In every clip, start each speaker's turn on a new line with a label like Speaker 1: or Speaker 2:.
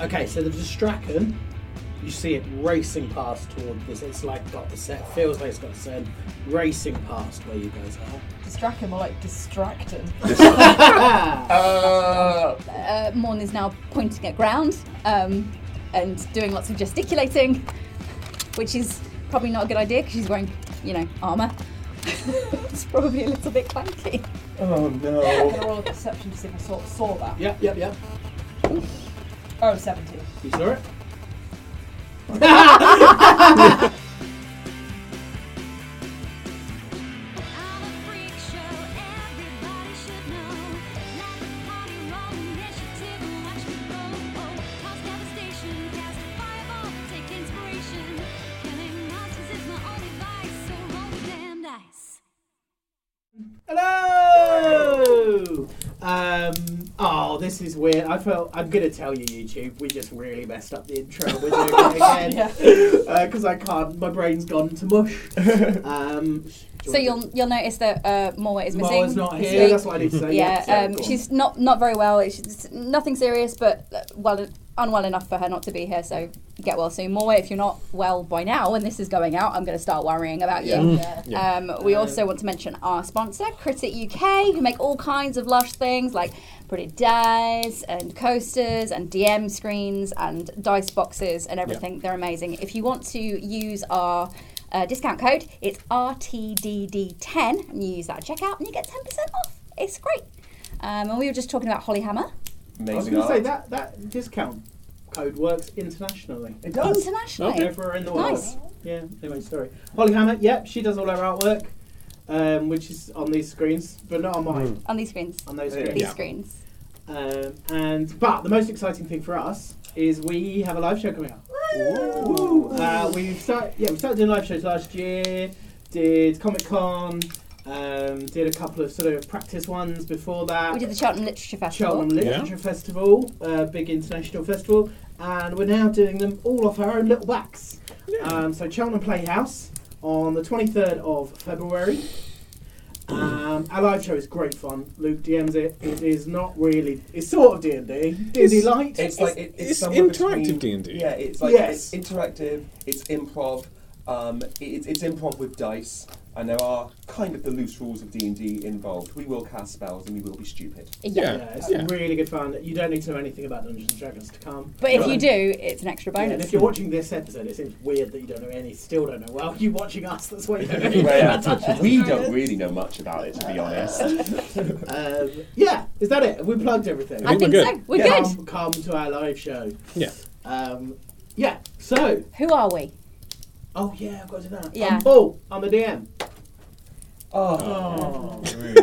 Speaker 1: Okay, so the Distraken, you see it racing past toward this. It's like got the set, feels like it's got the set, racing past where you guys are.
Speaker 2: Distract him or like distract him.
Speaker 3: Uh,
Speaker 4: Uh, Morn is now pointing at ground um, and doing lots of gesticulating, which is probably not a good idea because she's wearing, you know, armour. it's probably a little bit clunky.
Speaker 3: oh
Speaker 2: I'm
Speaker 3: no.
Speaker 2: gonna roll a perception to see if I saw, saw that.
Speaker 1: Yep, yep, yep.
Speaker 2: Oh, 17.
Speaker 1: You saw it?
Speaker 5: I'm a freak show, everybody should know. Let the party roll, initiative and watch me go. Oh, cause devastation, cast a fireball, take inspiration. Killing monsters is my only vice, so roll the damn dice.
Speaker 1: Hello. Um. Oh, this is weird. I felt I'm gonna tell you, YouTube. We just really messed up the intro. We're doing it again because I can't. My brain's gone to mush. Um.
Speaker 4: So you'll you'll notice that uh, Morwa is missing.
Speaker 1: Moa's not
Speaker 4: this
Speaker 1: here.
Speaker 4: week.
Speaker 1: That's what I need to say.
Speaker 4: yeah,
Speaker 1: so go
Speaker 4: um,
Speaker 1: on.
Speaker 4: she's not not very well. It's it's nothing serious, but uh, well, unwell enough for her not to be here. So get well soon, Morwa. If you're not well by now, when this is going out, I'm going to start worrying about you.
Speaker 2: Yeah.
Speaker 4: Um, we also want to mention our sponsor, Critic UK, who make all kinds of lush things like pretty dice and coasters and DM screens and dice boxes and everything. They're amazing. If you want to use our uh, discount code, it's RTDD10, and you use that at checkout and you get 10% off. It's great. Um, and we were just talking about Hollyhammer.
Speaker 1: I was
Speaker 3: Amazing.
Speaker 1: gonna say
Speaker 3: art.
Speaker 1: that that discount code works internationally.
Speaker 3: It does.
Speaker 4: Internationally.
Speaker 1: Everywhere in the world.
Speaker 4: Nice.
Speaker 1: Yeah. Anyway, sorry. Holly Hammer. Yep, she does all her artwork, um, which is on these screens, but not on mine.
Speaker 3: Hmm.
Speaker 4: On these screens.
Speaker 1: On those
Speaker 3: Yeah.
Speaker 1: screens.
Speaker 4: These screens.
Speaker 1: Um, and but the most exciting thing for us is we have a live show coming up.
Speaker 4: Hmm.
Speaker 1: Woo! Uh, we start yeah we started doing live shows last year. Did Comic Con. Um, did a couple of sort of practice ones before that.
Speaker 4: We did the Cheltenham Literature Festival.
Speaker 1: Cheltenham Literature Festival, uh, big international festival, and we're now doing them all off our own little backs. Um, so Cheltenham Playhouse on the 23rd of February. Um, our live show is great fun. Luke DMs it. It is not really. It's sort of D and D. D and D
Speaker 6: It's-
Speaker 1: light.
Speaker 3: It's like it,
Speaker 6: It's
Speaker 3: somewhere
Speaker 6: interactive
Speaker 3: between-
Speaker 6: D&D.
Speaker 3: Yeah, it's like
Speaker 1: Yes.
Speaker 3: it's interactive. It's improv. Um, it's, it's improv with dice, and there are kind of the loose rules of D and D involved. We will cast spells, and we will be stupid.
Speaker 4: Yeah.
Speaker 1: Yeah, it's
Speaker 6: Yeah.
Speaker 1: really good fun. You don't need to know anything about Dungeons and Dragons to come.
Speaker 4: But if
Speaker 3: Right.
Speaker 4: you do, it's an extra
Speaker 1: Yeah, and
Speaker 4: bonus.
Speaker 1: if you're watching this episode, it seems weird that you don't know any. Still don't know. Well, you're watching us. That's why you don't know anything about Dungeons and
Speaker 3: uh, we
Speaker 1: Dragons.
Speaker 3: don't really know much about it, to be honest.
Speaker 1: Um, yeah, is that it? We plugged everything.
Speaker 4: I
Speaker 6: think
Speaker 4: think
Speaker 6: we're
Speaker 4: so.
Speaker 6: good.
Speaker 4: We're
Speaker 1: Yeah.
Speaker 4: good.
Speaker 1: Come, come to our live show.
Speaker 6: Yeah.
Speaker 1: Um, yeah. So,
Speaker 4: Who are we?
Speaker 1: oh yeah, I've got to do that.
Speaker 4: Yeah.
Speaker 1: I'm Paul. I'm the DM.
Speaker 3: Oh,
Speaker 1: Oh.
Speaker 3: rude.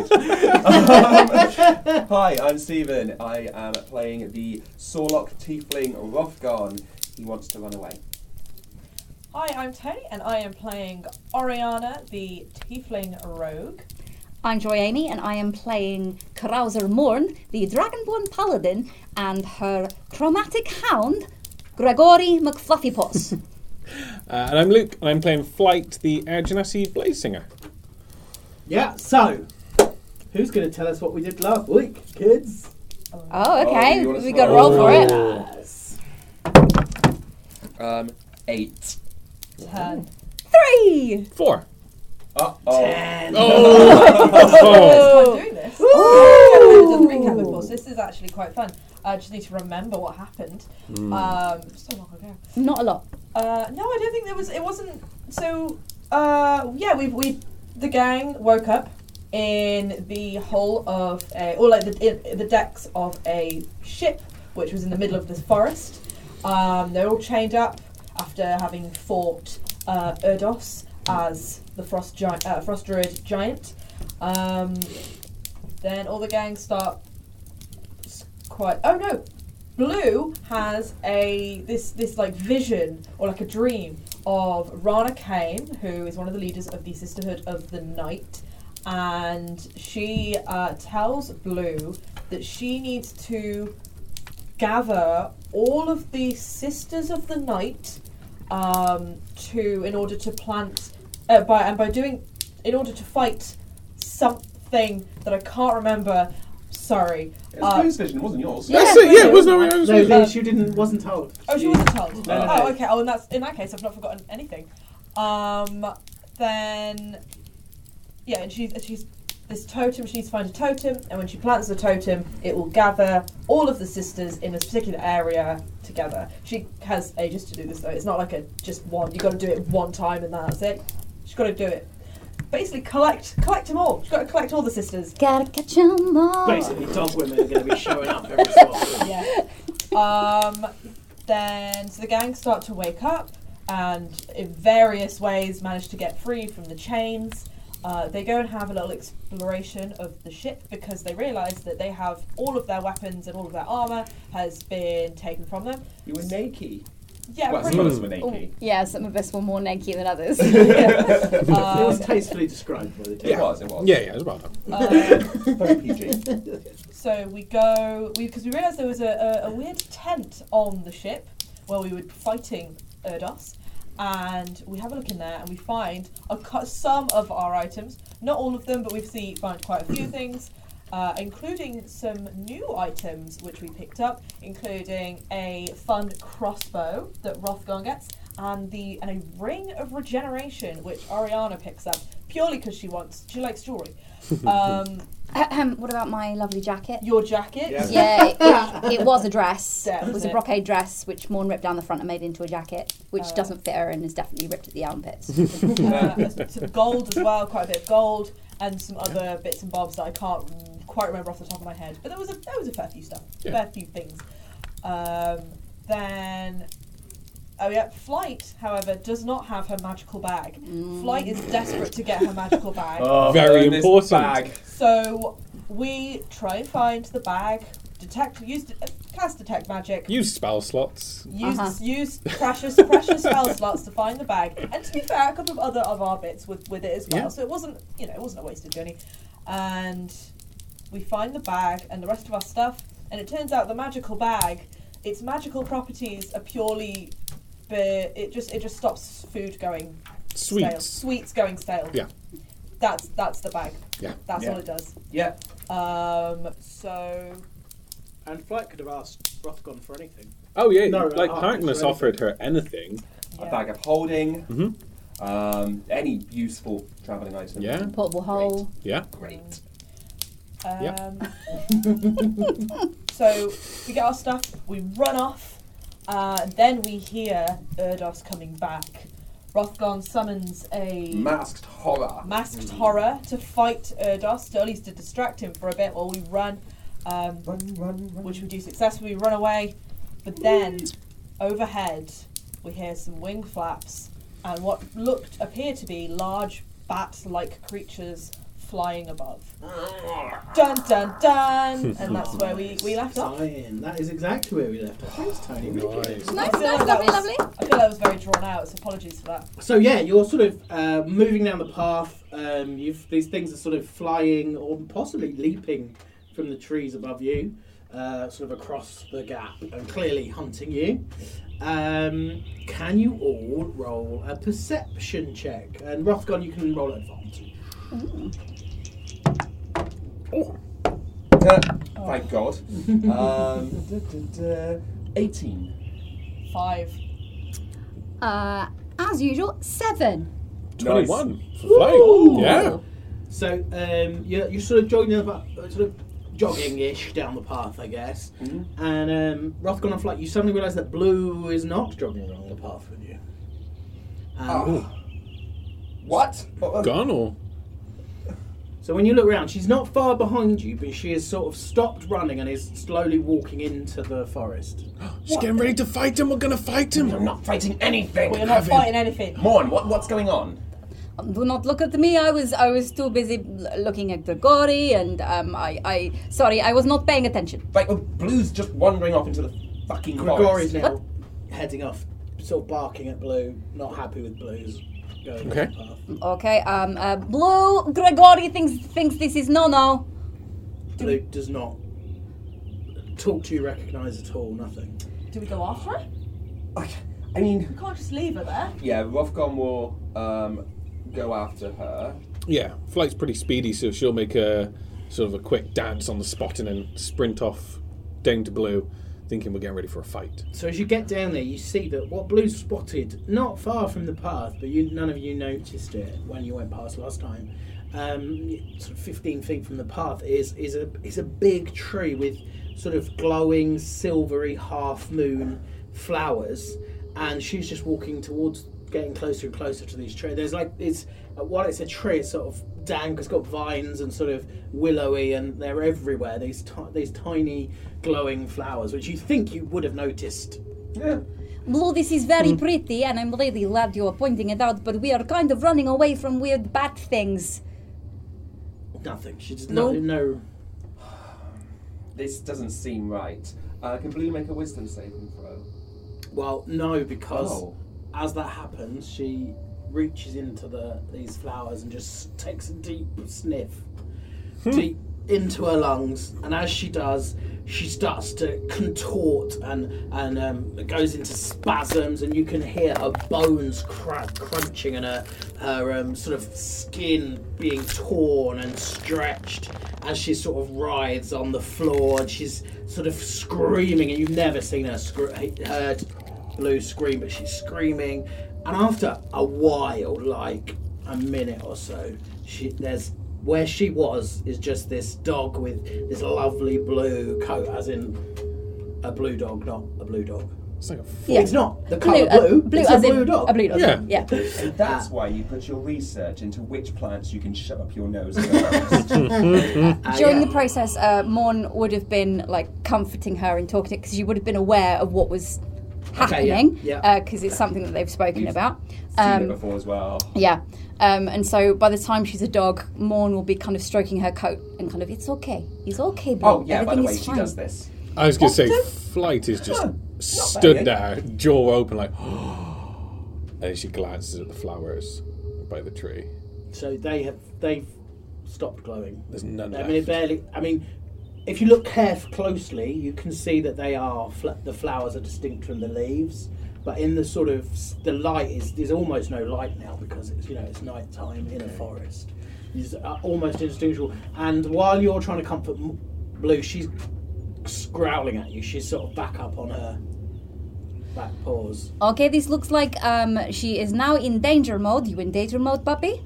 Speaker 3: Um, hi, I'm Stephen. I am playing the Sorlock Tiefling Rovgon. He wants to run away.
Speaker 2: Hi, I'm Tony, and I am playing Oriana, the Tiefling Rogue.
Speaker 4: I'm Joy Amy, and I am playing Carouser Morn, the Dragonborn Paladin, and her chromatic hound, Gregory McFluffypots.
Speaker 6: Uh, and I'm Luke, and I'm playing Flight, the Agenasi Blazinger.
Speaker 1: Yeah. So, who's going to tell us what we did last week, kids?
Speaker 4: oh,
Speaker 3: Oh,
Speaker 4: okay.
Speaker 3: you wanna
Speaker 4: we
Speaker 3: start? Oh.
Speaker 4: got to roll for it.
Speaker 1: Yes.
Speaker 3: Um, eight.
Speaker 2: Turn.
Speaker 4: Three.
Speaker 6: Four.
Speaker 3: Uh oh.
Speaker 1: And
Speaker 6: Oh.
Speaker 2: Oh, I do this. Oh, I've never done recap before, so this is actually quite fun. I just need to remember what happened. Um, so long ago.
Speaker 4: Not a lot.
Speaker 2: Uh, no, I don't think there was. It wasn't. So, uh, yeah, we we the gang woke up in the hull of a, or like the in, the decks of a ship, which was in the middle of this forest. Um, they're all chained up after having fought uh, Erdos as the frost giant, uh, frost druid giant. Um, then all the gang start s- quite. Oh no, Blue has a this this like vision or like a dream of Rana Kane, who is one of the leaders of the Sisterhood of the Night, and she uh, tells Blue that she needs to gather all of the Sisters of the Night um, to in order to plant uh, by and by doing in order to fight something that I can't remember. Sorry.
Speaker 3: It was
Speaker 2: Uh,
Speaker 3: Blue's vision, it wasn't yours.
Speaker 6: That's
Speaker 2: Yeah,
Speaker 6: it, yeah,
Speaker 2: yeah.
Speaker 6: it was no, it was
Speaker 1: No,
Speaker 6: really-
Speaker 1: the issue didn't wasn't told.
Speaker 2: oh, she wasn't told.
Speaker 1: No, no, no.
Speaker 2: Oh, okay. Oh, and that's in that case, I've not forgotten anything. Um, then, yeah, and she's she's this totem. She needs to find a totem, and when she plants the totem, it will gather all of the sisters in this particular area together. She has ages to do this though. It's not like a just one. You got to do it one time, and that's it. She's got to do it. Basically, collect collect them all. She's got to collect all the sisters.
Speaker 4: Gotta catch 'em all.
Speaker 1: Basically, dog women are going to be showing up every so often.
Speaker 2: yeah. Um, then so the gang start to wake up and in various ways manage to get free from the chains. Uh, they go and have a little exploration of the ship because they realise that they have all of their weapons and all of their armour has been taken from them.
Speaker 3: You were naked.
Speaker 2: Yeah,
Speaker 3: well,
Speaker 2: pretty
Speaker 3: some of us
Speaker 2: much.
Speaker 3: were
Speaker 4: Oh,
Speaker 3: naked.
Speaker 4: yeah, some of us were more naked than others.
Speaker 1: it was
Speaker 2: Um,
Speaker 1: tastefully described by the team.
Speaker 3: It was, it was.
Speaker 6: Yeah, yeah, it was well done.
Speaker 2: uh,
Speaker 3: Very PG.
Speaker 2: So we go because we, realised there was a, a, a weird tent on the ship where we were fighting Erdos, and we have a look in there and we find a, cu- some of our items, not all of them, but we've seen found quite a few things, uh, including some new items which we picked up, including a fun crossbow that Rothgar gets. And the and a ring of regeneration which Ariana picks up purely because she wants she likes jewelry. Um,
Speaker 4: Ahem, what about my lovely jacket?
Speaker 2: your jacket,
Speaker 3: Yeah.
Speaker 4: Yeah, it, it, it was a dress.
Speaker 2: Yeah,
Speaker 4: It was
Speaker 2: was
Speaker 4: a
Speaker 2: it?
Speaker 4: brocade dress, which Morn ripped down the front and made into a jacket, which
Speaker 2: Oh.
Speaker 4: doesn't fit her and is definitely ripped at the armpits.
Speaker 2: uh, some gold as well, quite a bit of gold, and some other bits and bobs that I can't mm, quite remember off the top of my head. But there was a there was a fair few stuff,
Speaker 6: Yeah.
Speaker 2: fair few things. Um, then, oh yeah, Flight, however, does not have her magical bag. Flight is desperate to get her magical bag,
Speaker 3: Oh,
Speaker 6: Very
Speaker 3: and this
Speaker 6: important.
Speaker 3: Bag.
Speaker 2: so we try and find the bag. Detect, use, uh, cast detect magic.
Speaker 6: Use spell slots.
Speaker 2: Use
Speaker 4: Uh-huh.
Speaker 2: use precious precious spell slots to find the bag, and to be fair, a couple of other of our bits with with it as well.
Speaker 6: Yeah.
Speaker 2: So it wasn't you know it wasn't a wasted journey, and we find the bag and the rest of our stuff, and it turns out the magical bag, its magical properties are purely, be- it just it just stops food going stale,
Speaker 6: Sweets.
Speaker 2: sweets going stale.
Speaker 6: Yeah.
Speaker 2: that's that's the bag.
Speaker 6: Yeah.
Speaker 2: that's
Speaker 3: Yeah.
Speaker 2: all it does.
Speaker 3: Yeah.
Speaker 2: Um, so
Speaker 1: And Flight could have asked Rothgon for anything.
Speaker 6: Oh yeah,
Speaker 1: No,
Speaker 6: like
Speaker 1: uh,
Speaker 6: Harkness
Speaker 1: it's relevant.
Speaker 6: offered her anything.
Speaker 2: yeah.
Speaker 3: A bag of holding.
Speaker 6: Mhm.
Speaker 3: Um, any useful travelling item.
Speaker 6: Yeah.
Speaker 4: Portable hole.
Speaker 6: Yeah.
Speaker 3: Great.
Speaker 2: Um,
Speaker 6: Yeah.
Speaker 2: so we get our stuff, we run off, uh, then we hear Erdos coming back. Rothgon summons a
Speaker 3: Masked horror.
Speaker 2: masked horror to fight Erdos, to at least to distract him for a bit while we run, um,
Speaker 3: Run, run, run.
Speaker 2: which we do successfully, we run away. But then, overhead, we hear some wing flaps and what looked appear to be large bat-like creatures flying above. Dun dun dun! and that's where we, we left off.
Speaker 1: Fine. That is exactly where we left off. Thanks, Tony. Really good.
Speaker 6: Nice.
Speaker 4: Nice,
Speaker 2: I feel
Speaker 4: nice,
Speaker 2: like that
Speaker 4: lovely,
Speaker 2: was-
Speaker 4: lovely.
Speaker 2: I feel that was very drawn out, so apologies for that.
Speaker 1: So yeah, you're sort of uh, moving down the path. Um, you've, these things are sort of flying or possibly leaping from the trees above you, uh, sort of across the gap, and clearly hunting you. Um, can you all roll a perception check? And Rothgon, you can roll advantage.
Speaker 3: Thank God. Um, duh, duh, duh, 18.
Speaker 2: Five.
Speaker 4: Uh, as usual, seven.
Speaker 6: Twenty-one.
Speaker 3: Nice.
Speaker 6: for Flight. Yeah.
Speaker 1: So um, you're, you're sort of jogging, up- uh, sort of jogging-ish down the path, I guess.
Speaker 3: Mhm.
Speaker 1: And um, Rothgon and Flight, you suddenly realise that Blue is not jogging along the path with you. Um,
Speaker 3: Ah. What? Oh, oh,
Speaker 6: Gone or
Speaker 1: So when you look round, she's not far behind you, but she has sort of stopped running and is slowly walking into the forest.
Speaker 6: she's getting ready to fight him. We're gonna fight him.
Speaker 3: I'm not fighting anything.
Speaker 2: We're not fighting anything.
Speaker 3: Morn, what, what's going on?
Speaker 4: Um, Do not look at me. I was I was too busy l- looking at Grigori, and um, I, I sorry, I was not paying attention.
Speaker 3: Like, oh, Blue's just wandering off into the fucking
Speaker 1: Grigori's
Speaker 3: forest.
Speaker 1: now heading off, sort of barking at Blue, not happy with Blue's going
Speaker 6: Okay.
Speaker 1: down the path.
Speaker 4: Okay. Um, uh, Blue Grigori thinks thinks this is no no.
Speaker 1: Blue does not talk to you, recognise at all, nothing.
Speaker 2: Do we go after her?
Speaker 3: I, I mean,
Speaker 2: We can't just leave her there.
Speaker 3: yeah, Rothgon will um, go after her.
Speaker 6: Yeah. Flight's pretty speedy, so she'll make a sort of a quick dance on the spot and then sprint off down to blue, thinking we're getting ready for a fight.
Speaker 1: So as you get down there, you see that what Blue spotted not far from the path, but you, none of you noticed it when you went past last time. Um, sort of 15 feet from the path is is a is a big tree with sort of glowing silvery half moon flowers, and she's just walking towards, getting closer and closer to these trees. There's like it's while it's a tree, it's sort of dank. It's got vines and sort of willowy, and they're everywhere. These ti- these tiny glowing flowers, which you think you would have noticed.
Speaker 3: Yeah.
Speaker 4: Blue, this is
Speaker 1: Hmm.
Speaker 4: very pretty, and I'm really glad you are pointing it out, but we are kind of running away from weird bat things.
Speaker 1: Nothing. She does
Speaker 2: No.
Speaker 1: no no.
Speaker 3: This doesn't seem right. Uh, can Blue make a wisdom saving throw?
Speaker 1: Well, no, because
Speaker 3: Oh.
Speaker 1: as that happens, she reaches into the these flowers and just takes a deep sniff deep into her lungs, and as she does, she starts to contort and and um, goes into spasms, and you can hear her bones cra- crunching and her her um, sort of skin being torn and stretched as she sort of writhes on the floor, and she's sort of screaming, and you've never seen her scr- heard Blue scream, but she's screaming, and after a while, like a minute or so, she there's where she was is just this dog with this lovely blue coat, as in a blue dog, not a blue dog.
Speaker 6: It's like a f-
Speaker 4: Yeah.
Speaker 1: It's not the colour
Speaker 4: uh,
Speaker 1: blue. it's
Speaker 4: as
Speaker 1: a blue
Speaker 4: in
Speaker 1: dog.
Speaker 4: a blue dog.
Speaker 6: Yeah.
Speaker 4: yeah.
Speaker 3: And that's why you put your research into which plants you can shut up your nose about. Ah,
Speaker 1: Uh,
Speaker 4: During
Speaker 1: yeah.
Speaker 4: the process, uh, Morn would have been like comforting her and talking to because she would have been aware of what was
Speaker 1: Okay, yeah,
Speaker 4: happening because
Speaker 1: yeah.
Speaker 4: it's something that they've spoken
Speaker 3: We've
Speaker 4: about. Um,
Speaker 3: Seen it before as well.
Speaker 4: yeah, um, and so by the time she's a dog, Morn will be kind of stroking her coat and kind of it's okay, it's okay, bro.
Speaker 3: Oh yeah.
Speaker 4: Everything
Speaker 3: By the way,
Speaker 4: is
Speaker 3: she
Speaker 4: fine.
Speaker 3: does this.
Speaker 6: I was gonna say,
Speaker 3: Often?
Speaker 6: flight is just
Speaker 3: No, not
Speaker 6: stood
Speaker 3: bad.
Speaker 6: there, jaw open, like. and she glances at the flowers by the tree.
Speaker 1: So they have they've stopped glowing.
Speaker 6: There's none
Speaker 1: I
Speaker 6: left.
Speaker 1: mean, it barely. I mean, if you look caref closely, you can see that they are fl- the flowers are distinct from the leaves. But in the sort of s- the light is there's almost no light now because it's you know it's night time in a forest. It's uh, almost indistinguishable. And while you're trying to comfort M- Blue, she's growling at you. She's sort of back up on her back paws.
Speaker 4: Okay, this looks like um, she is now in danger mode. You in danger mode, puppy?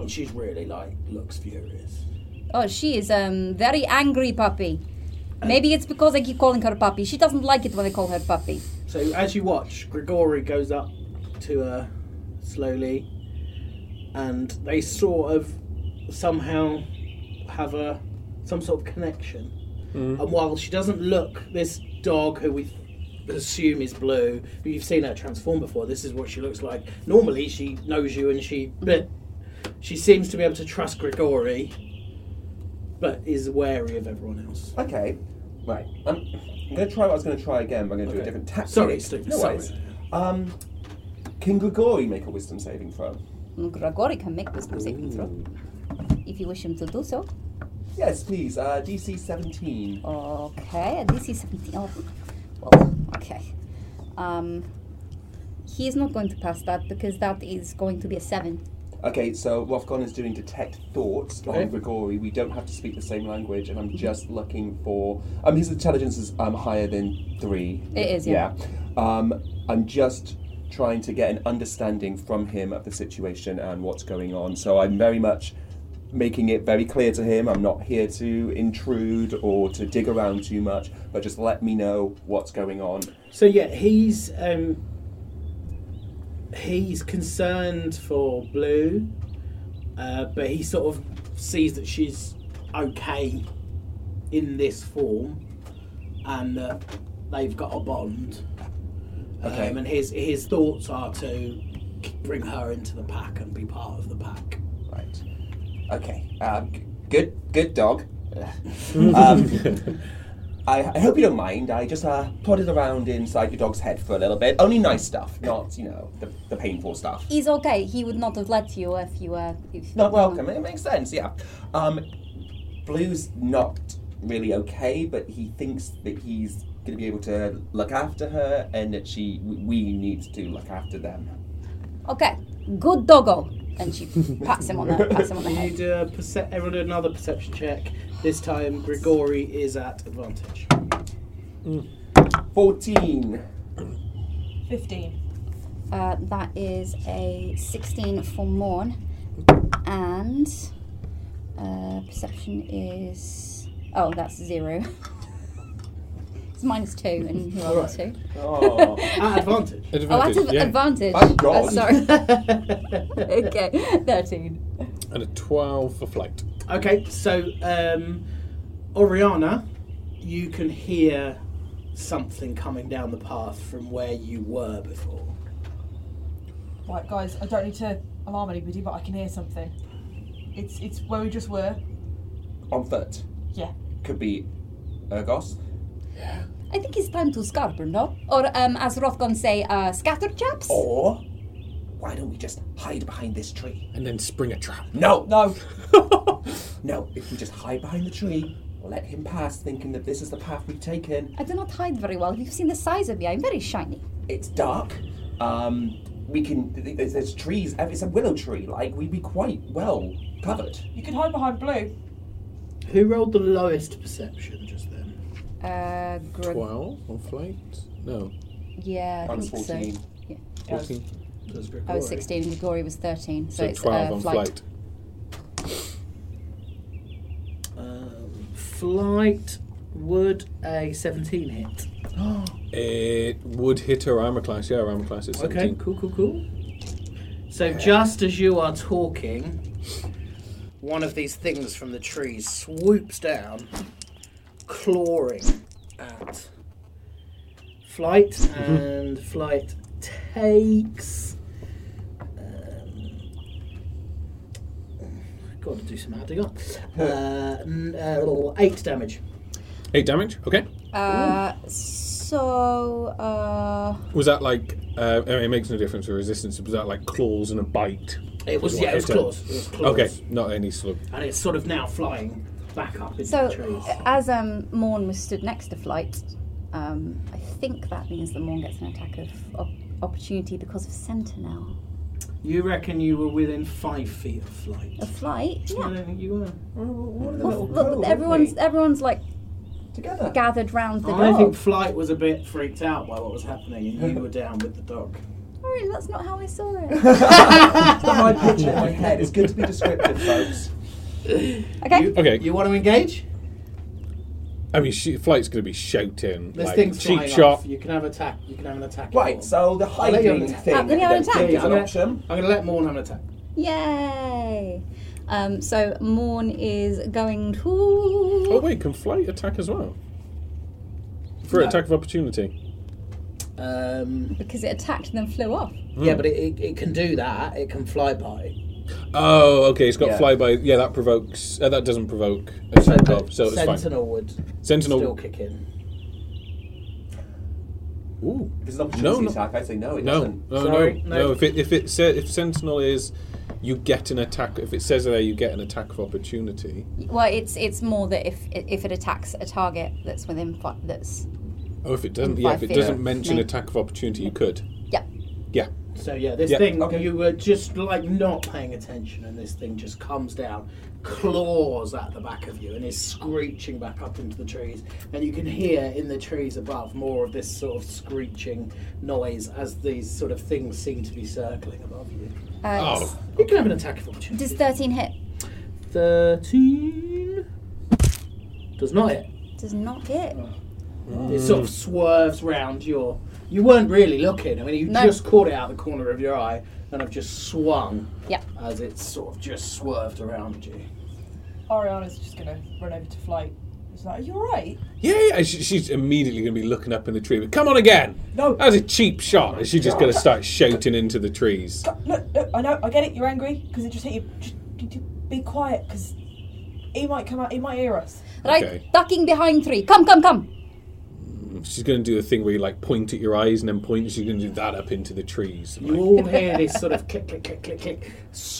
Speaker 1: And she's really like looks furious.
Speaker 4: Oh, she is um, very angry, puppy.
Speaker 3: Uh,
Speaker 4: Maybe it's because I keep calling her puppy. She doesn't like it when I call her puppy.
Speaker 1: So as you watch, Grigori goes up to her slowly, and they sort of somehow have a some sort of connection. And while she doesn't look, this dog who we assume is blue, who you've seen her transform before, this is what she looks like. Normally, she knows you, and she but she seems to be able to trust Grigori, but is wary of everyone else.
Speaker 3: Okay, right. I'm, I'm going to try what I was going to try again. but I'm going to do a
Speaker 1: Okay.
Speaker 3: different tactic.
Speaker 1: Sorry, Steve,
Speaker 3: No
Speaker 1: sorry.
Speaker 3: worries. Um, can Grigori make a wisdom saving throw?
Speaker 4: Grigori can make wisdom saving throw if you wish him to do so.
Speaker 3: Yes, please. Uh, DC 17.
Speaker 4: Okay, this is something. Oh, well, okay. Um, he is not going to pass that because that is going to be a seven.
Speaker 3: Okay, so Rothgon is doing detect thoughts
Speaker 1: Okay.
Speaker 3: on Grigori. We don't have to speak the same language, and I'm just looking for. Um, his intelligence is um, higher than three.
Speaker 4: It is, yeah.
Speaker 3: Um, I'm just trying to get an understanding from him of the situation and what's going on. So I'm very much making it very clear to him. I'm not here to intrude or to dig around too much, but just let me know what's going on.
Speaker 1: So yeah, he's um, he's concerned for Blue, uh, but he sort of sees that she's okay in this form, and that they've got a bond.
Speaker 3: Okay.
Speaker 1: Um, and his his thoughts are to bring her into the pack and be part of the pack.
Speaker 3: Right. Okay. Um, g- good. Good dog. um, I, I hope you don't mind. I just uh, prodded around inside your dog's head for a little bit. Only nice stuff, not you know the, the painful stuff.
Speaker 4: He's okay. He would not have let you if you were. If
Speaker 3: Not welcome. It makes sense. Yeah. Um, Blue's not really okay, but he thinks that he's going to be able to look after her, and that she we- we need to look after them.
Speaker 4: Okay. Good doggo. And she pats him on the pats him on the
Speaker 1: You
Speaker 4: head.
Speaker 1: do a perce- everyone do another perception check. This time, Grigori is at advantage.
Speaker 3: 14.
Speaker 2: 15.
Speaker 4: Uh, that is a 16 for Morn. And uh, perception is. Oh, that's zero. it's minus two, and you are two.
Speaker 3: Oh.
Speaker 1: At advantage.
Speaker 4: Oh, that's
Speaker 6: Advantage,
Speaker 4: an
Speaker 6: yeah.
Speaker 4: advantage.
Speaker 3: Thank God.
Speaker 4: Oh, sorry. okay, 13.
Speaker 6: And a 12 for flight.
Speaker 1: Okay, so um, Oriana, you can hear something coming down the path from where you were before.
Speaker 2: Right, guys, I don't need to alarm anybody, but I can hear something. It's it's where we just were.
Speaker 3: On foot.
Speaker 2: Yeah.
Speaker 3: Could be Ergos.
Speaker 4: I think it's time to scarper, no? Or um, as Rothgon say, uh, scatter chaps?
Speaker 3: Or why don't we just hide behind this tree?
Speaker 6: And then spring a trap.
Speaker 3: No!
Speaker 2: No.
Speaker 3: No, if we just hide behind the tree, we'll let him pass thinking that this is the path we've taken.
Speaker 4: I do not hide very well. Have you seen the size of me? I'm very shiny.
Speaker 3: It's dark. Um, we can. There's, there's trees. It's a willow tree. Like, we'd be quite well covered.
Speaker 2: You can hide behind blue.
Speaker 1: Who rolled the lowest perception just then?
Speaker 4: Uh, Gr-
Speaker 6: 12 on flight? No.
Speaker 4: Yeah, I
Speaker 3: Minus
Speaker 4: think so.
Speaker 3: 14.
Speaker 2: Yeah.
Speaker 6: 14.
Speaker 1: Does
Speaker 4: I was
Speaker 1: Grigori?
Speaker 4: 16 and Glory was 13, so,
Speaker 6: So,
Speaker 4: it's
Speaker 6: 12
Speaker 4: uh,
Speaker 6: on
Speaker 4: flight.
Speaker 6: flight.
Speaker 1: Um, flight would a 17 hit.
Speaker 6: It would hit her armor class. Yeah, her armor class is 17.
Speaker 1: Okay, cool, cool, cool. So just as you are talking, one of these things from the trees swoops down, clawing at flight, and flight takes. Um, got to do some adding up. Uh, n- uh, eight damage.
Speaker 6: 8 damage. Okay.
Speaker 4: Uh, so, uh,
Speaker 6: Was that like. Uh, I mean, it makes no difference for resistance. Was that like claws and a bite?
Speaker 1: It was
Speaker 6: Is
Speaker 1: yeah, it was
Speaker 6: what I
Speaker 1: claws.
Speaker 6: said.
Speaker 1: It was claws.
Speaker 6: Okay, not any sort of.
Speaker 1: and it's sort of now flying back up into
Speaker 4: so
Speaker 1: the trees.
Speaker 4: as um, Morn was stood next to Flight, um, I think that means that Morn gets an attack of op- opportunity because of Sentinel.
Speaker 1: You reckon you were within five feet of flight?
Speaker 4: Of Flight?
Speaker 1: I
Speaker 4: Yeah.
Speaker 1: don't think you were.
Speaker 4: Oh, Well, look, everyone's everyone's like
Speaker 3: together.
Speaker 4: gathered round the
Speaker 1: I think
Speaker 4: dog.
Speaker 1: flight was a bit freaked out by what was happening, and you were down with the dog.
Speaker 4: Sorry, that's not how I saw it.
Speaker 3: the high pitch in my head. It's good to be descriptive, folks.
Speaker 4: Okay.
Speaker 1: You,
Speaker 6: Okay.
Speaker 1: You want to engage?
Speaker 6: I mean, she, flight's going to be shouting.
Speaker 1: This
Speaker 6: like,
Speaker 1: thing's
Speaker 6: cheap
Speaker 1: flying
Speaker 6: shot.
Speaker 1: off. You can have attack. You can have an attack.
Speaker 3: Right, so the
Speaker 1: let you have an
Speaker 3: hiding
Speaker 1: attack.
Speaker 3: thing
Speaker 4: Uh, let me have an
Speaker 3: that
Speaker 4: attack.
Speaker 3: is
Speaker 1: I'm
Speaker 3: an
Speaker 1: gonna-
Speaker 3: option.
Speaker 1: I'm gonna let Morn have an attack.
Speaker 4: Yay! Um, so Morn is going to.
Speaker 6: Oh, wait, can flight attack as well? For
Speaker 1: No.
Speaker 6: attack of opportunity.
Speaker 1: Um,
Speaker 4: Because it attacked and then flew off.
Speaker 6: Hmm.
Speaker 1: Yeah, but it, it, it can do that. It can fly by.
Speaker 6: Oh, okay, it's got
Speaker 3: Yeah.
Speaker 6: flyby. Yeah, that provokes. Uh, that doesn't provoke attack of, so it's fine.
Speaker 1: Sentinel would
Speaker 6: Sentinel.
Speaker 1: still kick in.
Speaker 6: Ooh.
Speaker 3: If it's an opportunity
Speaker 6: no.
Speaker 3: attack, I say no, it
Speaker 6: No,
Speaker 3: doesn't.
Speaker 6: no,
Speaker 1: Sorry,
Speaker 6: no,
Speaker 1: no.
Speaker 6: no. If it if it sa- if Sentinel is, you get an attack. If it says there, you get an attack of opportunity.
Speaker 4: Well, it's it's more that if if it attacks a target that's within fi- that's
Speaker 6: Oh, if it doesn't,
Speaker 4: Mm,
Speaker 6: yeah.
Speaker 4: by
Speaker 6: If it
Speaker 4: fear.
Speaker 6: doesn't mention
Speaker 4: May-
Speaker 6: attack of opportunity, you could.
Speaker 4: yeah.
Speaker 6: Yeah.
Speaker 1: So yeah, this
Speaker 6: Yeah,
Speaker 1: thing
Speaker 3: okay.
Speaker 1: you were just like not paying attention, and this thing just comes down, claws at the back of you, and is screeching back up into the trees. And you can hear in the trees above more of this sort of screeching noise as these sort of things seem to be circling above you.
Speaker 4: Uh,
Speaker 6: Oh,
Speaker 1: You can have an attack of opportunity.
Speaker 4: Does thirteen hit?
Speaker 1: Thirteen does not hit.
Speaker 4: Does not hit.
Speaker 6: Oh.
Speaker 1: It sort of swerves round your. You weren't really looking. I mean, you
Speaker 4: No.
Speaker 1: just caught it out of the corner of your eye, and have just swung.
Speaker 4: Yeah.
Speaker 1: as it sort of just swerved around you.
Speaker 2: Ariana's just gonna run over to flight. She's like, Are you alright?
Speaker 6: yeah. yeah. She, she's immediately going to be looking up in the tree. But come on again.
Speaker 2: No.
Speaker 6: That was a cheap shot. And she's just going to start shouting into the trees.
Speaker 2: Look, look, I know, I get it, you're angry, because it just hit you. Just d- d- be quiet, because he might come out, he might hear us.
Speaker 4: Right,
Speaker 6: Okay.
Speaker 4: ducking behind tree. Come, come, come.
Speaker 6: She's going to do a thing where you like point at your eyes and then point. She's going to do that up into the trees.
Speaker 1: You all hear this sort of click, click, click, click, click,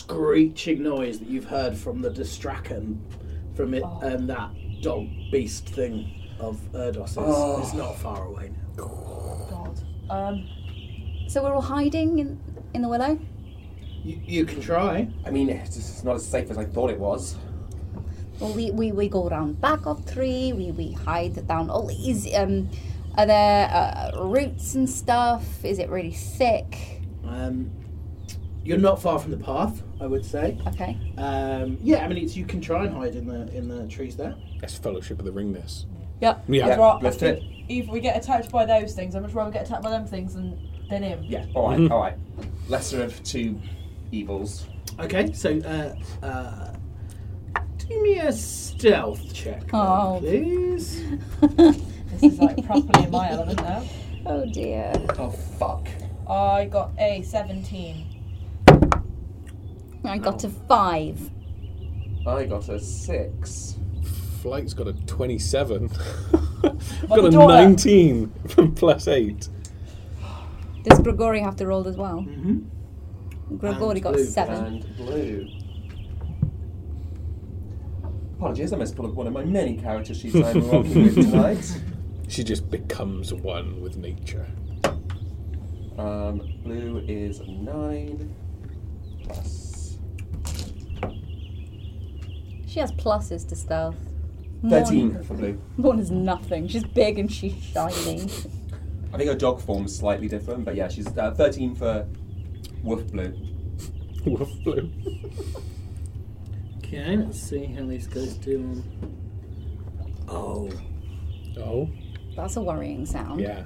Speaker 1: screeching noise that you've heard from the Distrakan, from it, um, that dog beast thing of Erdos. It's, it's not far away now.
Speaker 2: God. Um,
Speaker 4: So we're all hiding in in the willow.
Speaker 1: You, you can try.
Speaker 3: I mean, it's just not as safe as I thought it was.
Speaker 4: Well, we, we, we go round back of tree. We, we hide down all these. Um, are there uh, roots and stuff? Is it really thick?
Speaker 1: Um, you're not far from the path, I would say.
Speaker 4: Okay.
Speaker 1: Um, yeah, I mean, it's, you can try and hide in the in the trees there.
Speaker 6: That's Fellowship of the Ring, this.
Speaker 2: Yeah.
Speaker 6: Yeah.
Speaker 2: I'd rather,
Speaker 3: Let's do it.
Speaker 2: If we get attacked by those things, I'd much rather get attacked by them things than, than him.
Speaker 3: Yeah. All right,
Speaker 6: Mhm.
Speaker 3: All right. Lesser of two evils.
Speaker 1: Okay, so uh, uh, do me a stealth check, then,
Speaker 4: Oh.
Speaker 1: please.
Speaker 2: This is like properly in my element now.
Speaker 4: Oh dear.
Speaker 3: Oh fuck.
Speaker 2: I got a 17.
Speaker 4: I
Speaker 6: Oh.
Speaker 4: got to five.
Speaker 3: I got a six.
Speaker 6: Flight's got a 27. I've
Speaker 2: But
Speaker 6: got a
Speaker 2: Dora-
Speaker 6: 19 from plus 8.
Speaker 4: Does Grigori have to roll as well?
Speaker 1: Mm-hmm.
Speaker 4: Grigori
Speaker 1: And
Speaker 4: got
Speaker 1: blue
Speaker 4: seven.
Speaker 3: And blue. Apologies, I must pull up one of my many character sheets I'm rocking with tonight.
Speaker 6: She just becomes one with nature.
Speaker 3: Um, blue is nine plus
Speaker 4: She has pluses to stealth.
Speaker 3: thirteen
Speaker 4: Morn,
Speaker 3: for blue.
Speaker 4: Morn is nothing. She's big and she's shiny.
Speaker 3: I think her dog form's slightly different, but yeah, she's uh, thirteen for wolf blue.
Speaker 6: Wolf blue.
Speaker 1: Okay, let's see how these guys do. On... Oh,
Speaker 6: Oh,
Speaker 4: That's a worrying sound.
Speaker 6: yeah.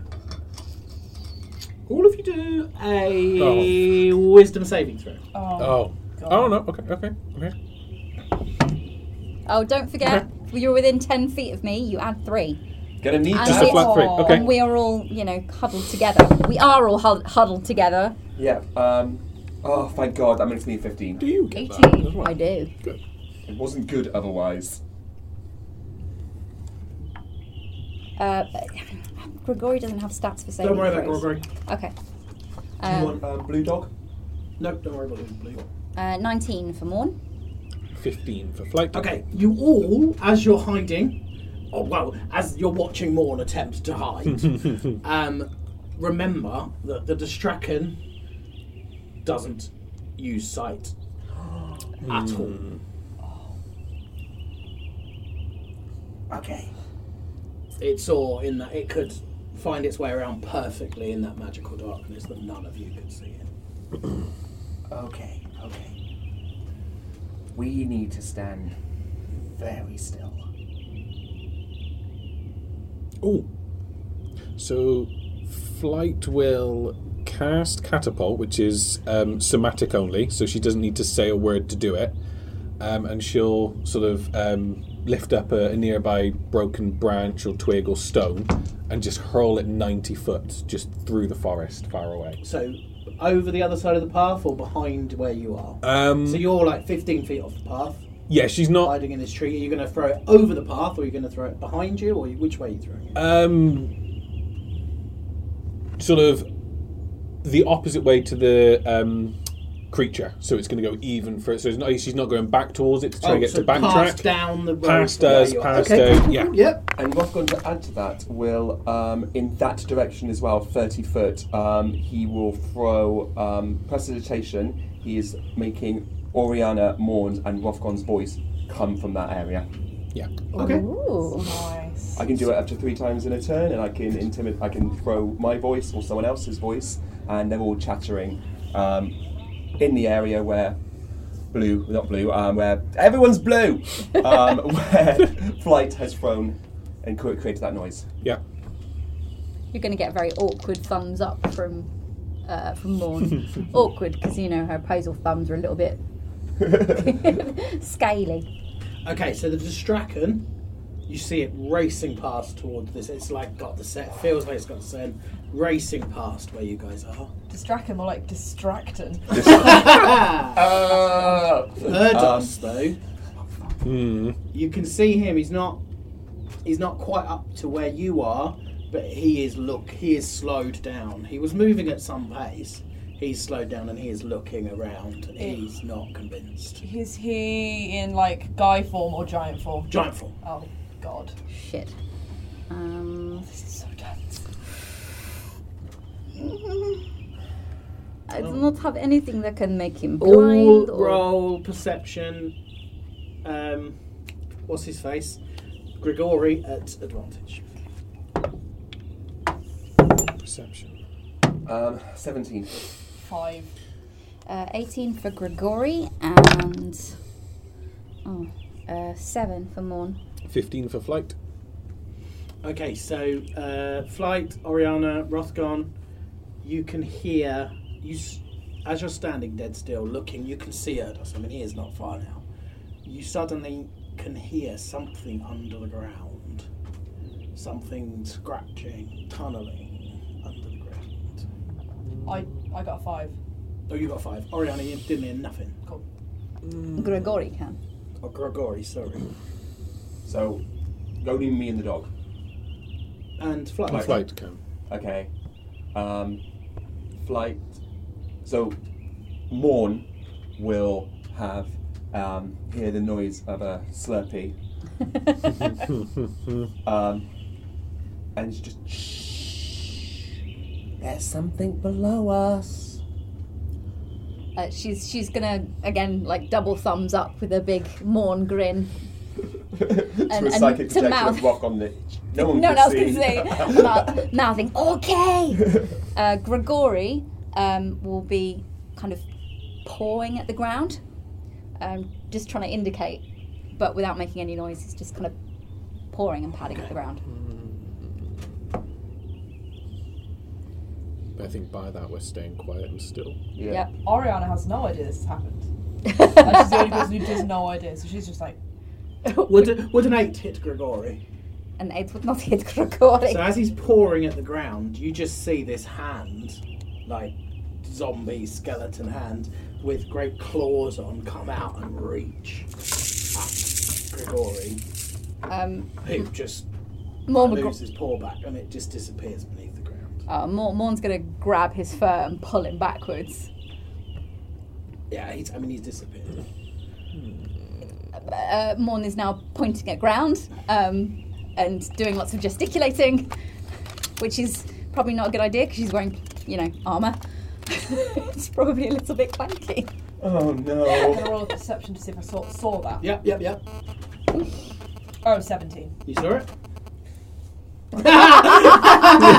Speaker 1: all of you do a wisdom saving throw.
Speaker 2: Oh.
Speaker 6: Oh. Oh, no. Okay, okay, okay.
Speaker 4: Oh, don't forget, you're within 10 feet of me. You add three.
Speaker 3: Gonna need
Speaker 4: And
Speaker 6: Just
Speaker 4: it's-
Speaker 6: a
Speaker 3: that.
Speaker 6: flat three.
Speaker 2: Aw.
Speaker 6: Okay.
Speaker 4: And we are all, you know, huddled together. We are all hud- huddled together.
Speaker 3: Yeah. Um. Oh, thank God, I'm gonna need fifteen.
Speaker 6: Do you get that as
Speaker 4: 18.
Speaker 6: well?
Speaker 4: I do.
Speaker 6: Good.
Speaker 3: It wasn't good otherwise.
Speaker 4: Uh, Grigori doesn't have stats for saving
Speaker 1: Don't worry about
Speaker 4: throws.
Speaker 1: Gorgory.
Speaker 4: Okay.
Speaker 3: Do you
Speaker 4: Um,
Speaker 3: want um, blue dog?
Speaker 1: No, don't worry about it, blue.
Speaker 4: uh, 19 for Morn.
Speaker 6: 15 for flight.
Speaker 1: Okay, you all, as you're hiding, or well, as you're watching Morn attempt to hide, um, remember that the Distraken doesn't use sight at all.
Speaker 3: Okay.
Speaker 1: It saw in that it could find its way around perfectly in that magical darkness that none of you could see it.
Speaker 3: Okay, okay. We need to stand very still.
Speaker 6: Oh. So, Flight will cast Catapult, which is um, somatic only, so she doesn't need to say a word to do it. Um, and she'll sort of um, lift up a, a nearby broken branch or twig or stone and just hurl it 90 foot just through the forest far away.
Speaker 1: So, over the other side of the path or behind where you are?
Speaker 6: Um,
Speaker 1: so you're like 15 feet off the path,
Speaker 6: yeah, she's not.
Speaker 1: hiding in this tree. Are you going to throw it over the path or are you going to throw it behind you or you- which way are you throwing it?
Speaker 6: Um, sort of the opposite way to the um, creature, so it's going to go even for So it's not, she's not going back towards it to try and get
Speaker 1: Oh, so
Speaker 6: to backtrack.
Speaker 1: past down the road
Speaker 6: Past
Speaker 1: to where
Speaker 6: us,
Speaker 1: you are.
Speaker 6: past
Speaker 1: Okay,
Speaker 6: us,
Speaker 1: cool, cool,
Speaker 6: yeah.
Speaker 1: cool, Yep.
Speaker 3: And what's going to add to that will, um, in that direction as well, 30 foot, um, he will throw um, Prestidigitation. He is making Oriana, Morn's, and Rothgon's voice come from that area.
Speaker 6: Yeah.
Speaker 1: Okay.
Speaker 4: Ooh.
Speaker 2: Nice.
Speaker 3: I can do it up to three times in a turn, and I can intimid- I can throw my voice or someone else's voice, and they're all chattering um, in the area where blue, not blue, um, where everyone's blue, um, where flight has thrown and cre- created that noise.
Speaker 6: Yeah.
Speaker 4: You're going to get a very awkward thumbs up from uh, from Morn. awkward because you know her posal thumbs are a little bit scaly.
Speaker 1: Okay, so the Distraken, you see it racing past towards this. It's like got the set, feels like it's got the set, racing past where you guys are.
Speaker 2: Distract him or like distracted.
Speaker 3: Um,
Speaker 1: Erdos, though,
Speaker 6: Mm.
Speaker 1: you can see him. He's not, he's not quite up to where you are, but he is look. He is slowed down. He was moving at some pace. He's slowed down and he is looking around. He's not convinced.
Speaker 2: Is he in like guy form or giant form?
Speaker 1: Giant form.
Speaker 2: Oh god.
Speaker 4: Shit. Um,
Speaker 2: This is so tense.
Speaker 4: I do not have anything that can make him
Speaker 1: All
Speaker 4: blind or
Speaker 1: roll perception. Um, what's his face? Grigori at advantage.
Speaker 6: Perception.
Speaker 3: Um, 17.
Speaker 2: Five.
Speaker 4: uh, 18 for Grigori and oh, uh, 7 for Morn.
Speaker 6: 15 for flight.
Speaker 1: Okay, so uh, flight, Oriana, Rothgon. You can hear you s- as you're standing dead still, looking. You can see Erdos. I mean, he is not far now. You suddenly can hear something under the ground, something scratching, tunneling under the ground.
Speaker 2: I I got a five.
Speaker 1: Oh, you got five. Oriana, you didn't hear nothing.
Speaker 2: Cool.
Speaker 4: Grigori can.
Speaker 1: Or Grigori, sorry.
Speaker 3: So, only me and the dog.
Speaker 1: And flight.
Speaker 3: Flight.
Speaker 6: Flight can.
Speaker 3: Okay. Um, flight. So, Morn will have um, hear the noise of a Slurpee, um, and it's just shh. There's something below us.
Speaker 4: Uh, she's she's gonna again like double thumbs up with a big Morn grin.
Speaker 3: to
Speaker 4: And-
Speaker 3: a
Speaker 4: and
Speaker 3: psychic
Speaker 4: to
Speaker 3: projector
Speaker 4: mouth.
Speaker 3: with rock on the. No one
Speaker 4: no
Speaker 3: can
Speaker 4: one else
Speaker 3: see.
Speaker 4: can see. Mouth, mouthing, okay. Uh, Grigori um, will be kind of pawing at the ground, um, just trying to indicate, but without making any noise. He's just kind of pawing and padding at the ground.
Speaker 6: But I think by that we're staying quiet and still.
Speaker 3: yeah.
Speaker 4: Yep.
Speaker 2: Ariana has no idea this has happened. And she's the only person who has no idea, so she's just like,
Speaker 1: Would, would an eight hit Grigori?
Speaker 4: and it would not hit Grigori.
Speaker 1: So as he's pouring at the ground, you just see this hand, like zombie skeleton hand, with great claws on, come out and reach at Grigori,
Speaker 4: Um,
Speaker 1: who just
Speaker 4: Morn would
Speaker 1: moves his paw back and it just disappears beneath the ground.
Speaker 4: Uh, Morn, Morn's gonna grab his fur and pull him backwards.
Speaker 1: Yeah, he's, I mean, he's disappeared.
Speaker 4: Uh, Morn is now pointing at ground um, and doing lots of gesticulating, which is probably not a good idea because she's wearing, you know, armor. it's probably a little bit clunky.
Speaker 3: Oh
Speaker 2: I'm
Speaker 3: no.
Speaker 2: gonna roll a perception to see if I saw, saw that.
Speaker 1: Yep, yep, yep.
Speaker 2: Oh, 17.
Speaker 1: You saw it?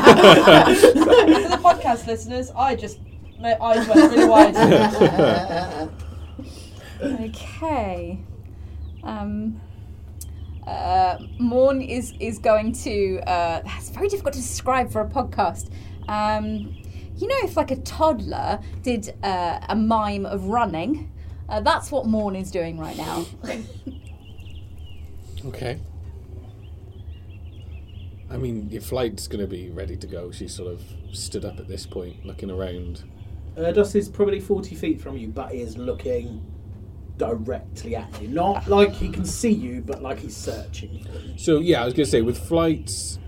Speaker 2: For the podcast listeners, I just, my eyes went really wide.
Speaker 4: Okay. Um, uh, Morn is is going to. Uh, that's very difficult to describe for a podcast. Um, you know, if like a toddler did uh, a mime of running, uh, that's what Morn is doing right now.
Speaker 6: Okay. I mean, your flight's going to be ready to go. She's sort of stood up at this point, looking around.
Speaker 1: Erdos is probably 40 feet from you, but he is looking directly at you. Not like he can see you, but like he's searching for you.
Speaker 6: So, yeah, I was going to say, with flights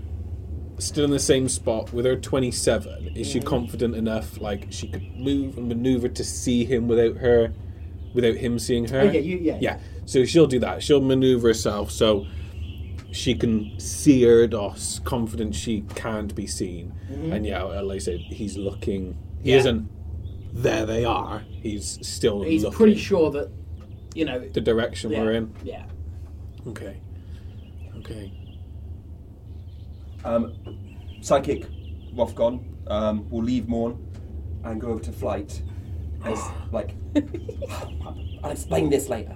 Speaker 6: still in the same spot, with her 27, is she confident enough, like, she could move and maneuver to see him without her, without him seeing her?
Speaker 1: Oh, yeah, you- yeah.
Speaker 6: Yeah, so she'll do that. She'll maneuver herself so she can see Erdos, confident she can't be seen. And yeah, like I said, he's looking.
Speaker 1: Mm-hmm.
Speaker 6: He
Speaker 1: Yeah.
Speaker 6: isn't. There they are. He's still.
Speaker 1: He's
Speaker 6: looking
Speaker 1: pretty sure that, you know.
Speaker 6: the direction
Speaker 1: yeah,
Speaker 6: we're in.
Speaker 1: Yeah.
Speaker 6: Okay. Okay.
Speaker 3: Um, psychic Rothgon um, will leave Morn and go over to Flight. And it's like, I'll explain this later.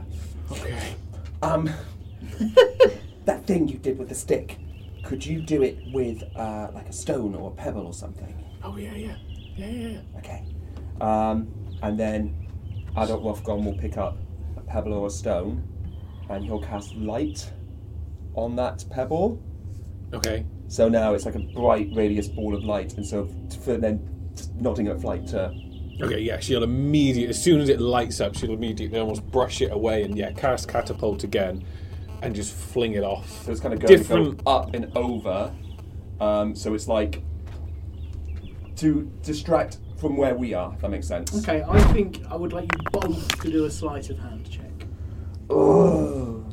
Speaker 6: Okay.
Speaker 3: Um, that thing you did with the stick, could you do it with uh, like a stone or a pebble or something?
Speaker 6: Oh yeah, yeah, yeah, yeah. yeah.
Speaker 3: Okay. Um, and then adult Rothgon will pick up a pebble or a stone and he'll cast light on that pebble.
Speaker 6: Okay.
Speaker 3: So now it's like a bright, radius ball of light, and so f- for then t- nodding at flight to
Speaker 6: Okay. Yeah. She'll immediately, as soon as it lights up, she'll immediately almost brush it away and yeah, cast catapult again, and just fling it off.
Speaker 3: So it's kind of going
Speaker 6: different.
Speaker 3: go up and over. Um, so it's like to distract from where we are, if that makes sense.
Speaker 1: Okay, I think I would like you both to do a sleight of hand check.
Speaker 3: Ooh.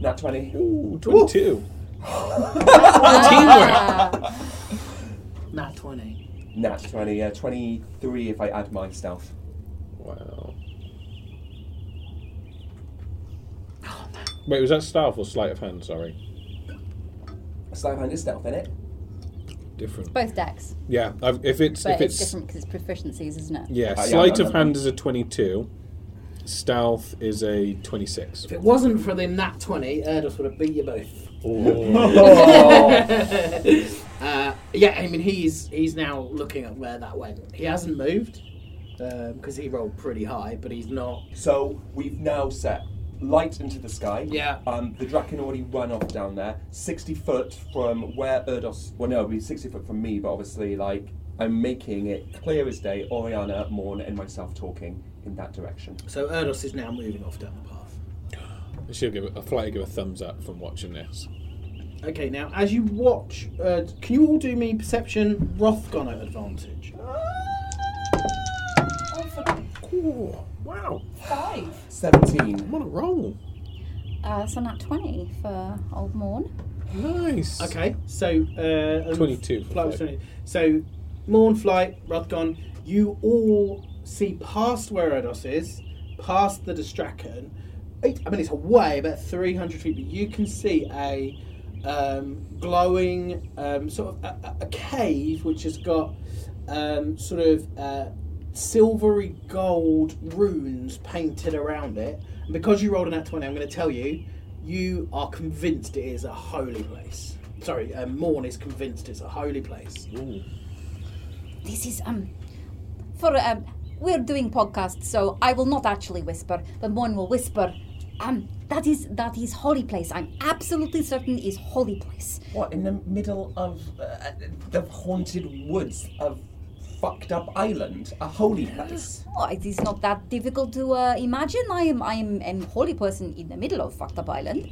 Speaker 3: Nat 20.
Speaker 6: Ooh, twenty-two.
Speaker 4: Ah,
Speaker 1: Nat 20.
Speaker 3: Nat 20, uh, 23 if I add my stealth.
Speaker 6: Wow. Wait, was that stealth or sleight of hand? Sorry.
Speaker 3: Sleight of hand is stealth, in it?
Speaker 6: Different.
Speaker 4: Both decks,
Speaker 6: Yeah, I've, if it's
Speaker 4: but
Speaker 6: if
Speaker 4: it's,
Speaker 6: it's,
Speaker 4: different because it's proficiencies, isn't it?
Speaker 6: yeah,
Speaker 3: Uh, yeah,
Speaker 6: sleight
Speaker 3: no,
Speaker 6: of
Speaker 3: no,
Speaker 6: hand
Speaker 3: no.
Speaker 6: is a twenty-two, stealth is a twenty-six.
Speaker 1: If it wasn't for the nat 20, Erdos would have beat you both.
Speaker 3: Oh.
Speaker 1: Uh, yeah, I mean, he's he's now looking at where that went. He hasn't moved because he rolled pretty high, but he's not.
Speaker 3: So we've now set light into the sky.
Speaker 1: Yeah.
Speaker 3: Um, the Draken already run off down there, 60 foot from where Erdos. Well, no, it'll be 60 foot from me, but obviously, like, I'm making it clear as day Oriana, Morn, and myself talking in that direction.
Speaker 1: So Erdos is now moving off down the path.
Speaker 6: She'll give a, a flight. Give a thumbs up from watching this.
Speaker 1: Okay, now as you watch, uh, can you all do me perception Rothgon at advantage?
Speaker 2: Oh, for
Speaker 6: Ooh, wow,
Speaker 2: five.
Speaker 3: 17.
Speaker 6: I'm on a roll.
Speaker 4: Uh, that's a nat 20 for Old Morn.
Speaker 6: Nice.
Speaker 1: Okay, so uh, um,
Speaker 6: 22 for
Speaker 1: Flight was
Speaker 6: flight.
Speaker 1: 20. So Morn, Flight, Rothgon, you all see past where Erdos is, past the Distraction. Eight, I mean, it's away about 300 feet, but you can see a um, glowing um, sort of a, a- a cave which has got um, sort of uh, silvery gold runes painted around it. And because you rolled an at 20, I'm going to tell you, you are convinced it is a holy place. Sorry, uh, Morn is convinced it's a holy place.
Speaker 4: This is, um, for, um, we're doing podcasts, so I will not actually whisper, but Morn will whisper. Um, that is, that is holy place. I'm absolutely certain is holy place.
Speaker 3: What, in the middle of uh, the haunted woods of fucked up island? A holy place?
Speaker 4: Oh, it is not that difficult to uh, imagine. I am, I am a holy person in the middle of fucked up island.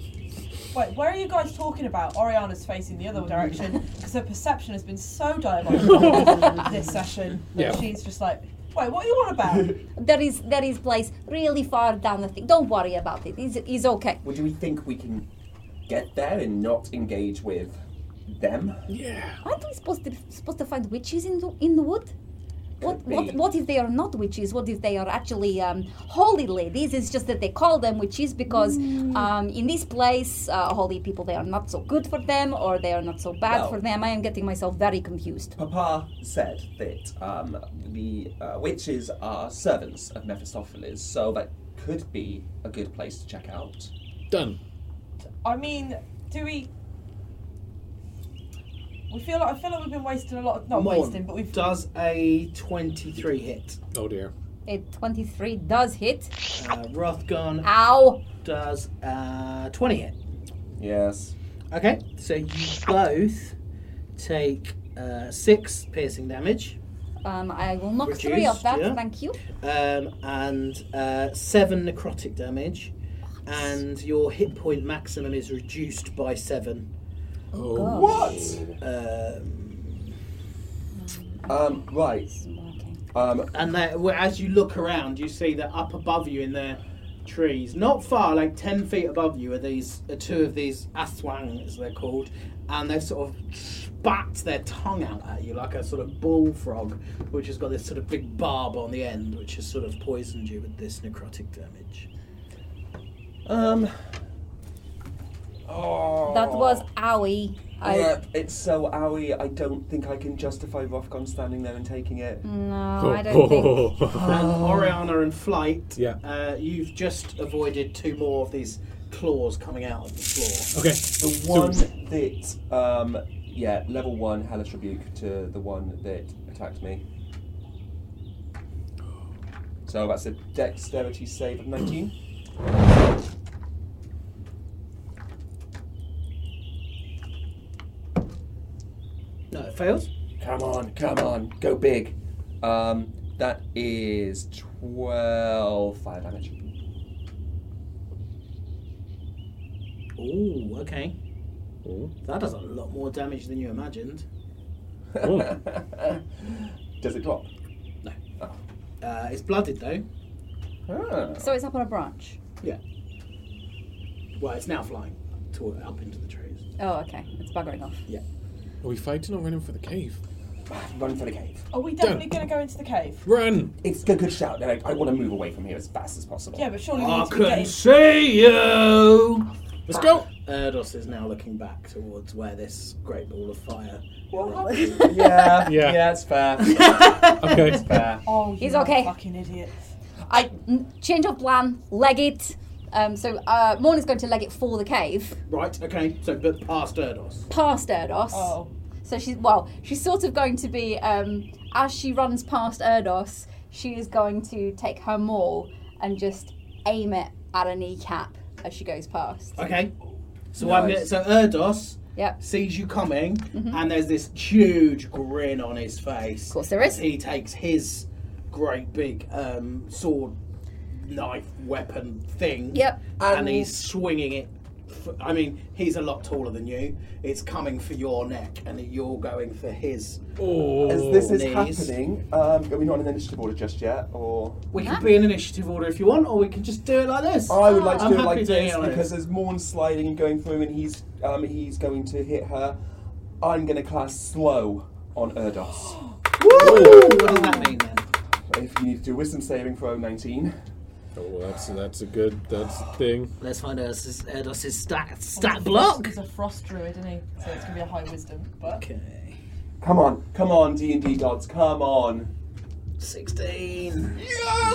Speaker 2: Wait, where are you guys talking about? Oriana's facing the other direction because her perception has been so diabolical this session that
Speaker 6: Yeah.
Speaker 2: she's just like, wait, what are you on about?
Speaker 4: There is, there is place really far down the thing. Don't worry about it. It's, it's okay.
Speaker 3: Well, do we think we can get there and not engage with them?
Speaker 6: Yeah.
Speaker 4: Aren't we supposed to supposed to find witches in the in the wood? What
Speaker 3: Could
Speaker 4: what
Speaker 3: be.
Speaker 4: what if they are not witches? What if they are actually um, holy ladies? It's just that they call them witches because um, in this place, uh, holy people they are not so good for them, or they are not so bad
Speaker 3: Well-
Speaker 4: for them. I am getting myself very confused.
Speaker 3: Papa said that um, the uh, witches are servants of Mephistopheles, so that could be a good place to check out.
Speaker 6: Done.
Speaker 2: I mean, do we? We feel like I feel like we've been wasting a lot of not
Speaker 1: Morn
Speaker 2: wasting, but we've
Speaker 1: does a 23 hit.
Speaker 6: Oh dear.
Speaker 4: A twenty-three does hit.
Speaker 1: Uh, Rothgon
Speaker 4: Ow!
Speaker 1: does uh, 20 hit.
Speaker 3: Yes.
Speaker 1: Okay, so you both take uh, six piercing damage
Speaker 4: Um, I will knock three
Speaker 1: Reduced,
Speaker 4: of that.
Speaker 1: yeah.
Speaker 4: Thank you.
Speaker 1: um, and uh, seven necrotic damage, and your hit point maximum is reduced by seven.
Speaker 6: Oh.
Speaker 4: God.
Speaker 1: Um,
Speaker 3: Um, right.
Speaker 4: This isn't working.
Speaker 3: Um,
Speaker 1: and that, well, as you look around, you see that up above you in the trees, not far, like ten feet above you, are these are two of these aswang, as they're called, and they've sort of spat their tongue out at you like a sort of bullfrog, which has got this sort of big barb on the end, which has sort of poisoned you with this necrotic damage.
Speaker 3: um. Oh.
Speaker 4: That was owie. I,
Speaker 3: Yep, it's so owie. I don't think I can justify Rothgon standing there and taking it.
Speaker 4: No, I don't think.
Speaker 1: And Oriana and Flight,
Speaker 6: Yeah.
Speaker 1: uh, you've just avoided two more of these claws coming out of the floor.
Speaker 6: Okay.
Speaker 3: The one that, um, yeah, level one hellish rebuke to the one that attacked me. So that's a dexterity save of 19.
Speaker 1: No, it fails.
Speaker 3: Come on, come on, go big. Um, that is 12 fire damage.
Speaker 1: Ooh, okay.
Speaker 6: Oh.
Speaker 1: That does a lot more damage than you imagined.
Speaker 6: Oh.
Speaker 3: Does it drop?
Speaker 1: No.
Speaker 3: Oh.
Speaker 1: Uh, it's blooded though.
Speaker 3: Ah.
Speaker 4: So it's up on a branch.
Speaker 1: Yeah. Well, it's now flying to, up into the trees.
Speaker 4: Oh, okay. It's buggering off.
Speaker 6: Are we fighting or running for the cave?
Speaker 3: Run for the cave.
Speaker 2: Are we definitely going to go into the cave?
Speaker 6: Run!
Speaker 3: It's a good shout. and I, I want to move away from here as fast as possible.
Speaker 2: Yeah, but surely we
Speaker 1: I
Speaker 2: need to be
Speaker 1: couldn't
Speaker 2: getting.
Speaker 1: see you.
Speaker 6: Let's go!
Speaker 1: Erdos is now looking back towards where this great ball of fire.
Speaker 2: What?
Speaker 3: yeah,
Speaker 6: Yeah.
Speaker 3: yeah, it's fair.
Speaker 6: Okay.
Speaker 3: fair.
Speaker 2: Oh,
Speaker 4: He's
Speaker 2: you
Speaker 4: okay.
Speaker 2: Fucking idiot.
Speaker 4: I n- change of plan, leg it. Um, so uh, Morna's going to leg it for the cave,
Speaker 1: Right, okay, so but past Erdos.
Speaker 4: past Erdos.
Speaker 2: Oh.
Speaker 4: So she's well, she's sort of going to be um, as she runs past Erdos, she is going to take her maul and just aim it at a kneecap as she goes past.
Speaker 1: Okay. So
Speaker 3: Nice.
Speaker 1: I'm gonna- so Erdos
Speaker 4: Yep.
Speaker 1: sees you coming and there's this huge grin on his face.
Speaker 4: Of course there is.
Speaker 1: As he takes his great big um, sword knife weapon thing.
Speaker 4: Yep.
Speaker 1: And,
Speaker 3: And-
Speaker 1: he's swinging it. f- I mean, he's a lot taller than you. It's coming for your neck, and you're going for his.
Speaker 3: As
Speaker 1: Oh,
Speaker 3: this is
Speaker 1: Knees.
Speaker 3: happening, um, are we not on an initiative order just yet? Or
Speaker 1: We can be an initiative order if you want, or we can just do it like this.
Speaker 3: I would like to
Speaker 1: I'm
Speaker 3: do it
Speaker 1: happy
Speaker 3: like
Speaker 1: doing
Speaker 3: this
Speaker 1: it like
Speaker 3: because there's Morn sliding and going through, and he's um, he's going to hit her. I'm going to cast slow on Erdos.
Speaker 1: What does that mean then?
Speaker 3: if you need to do wisdom saving throw 19.
Speaker 6: Oh, that's that's a good that's a thing.
Speaker 1: Let's find Erdos' Erdos' stat stat
Speaker 2: He's a frost druid, isn't he? So it's going to be a high wisdom. But
Speaker 1: Okay,
Speaker 3: Come on, come on, D and D gods, come on.
Speaker 1: sixteen.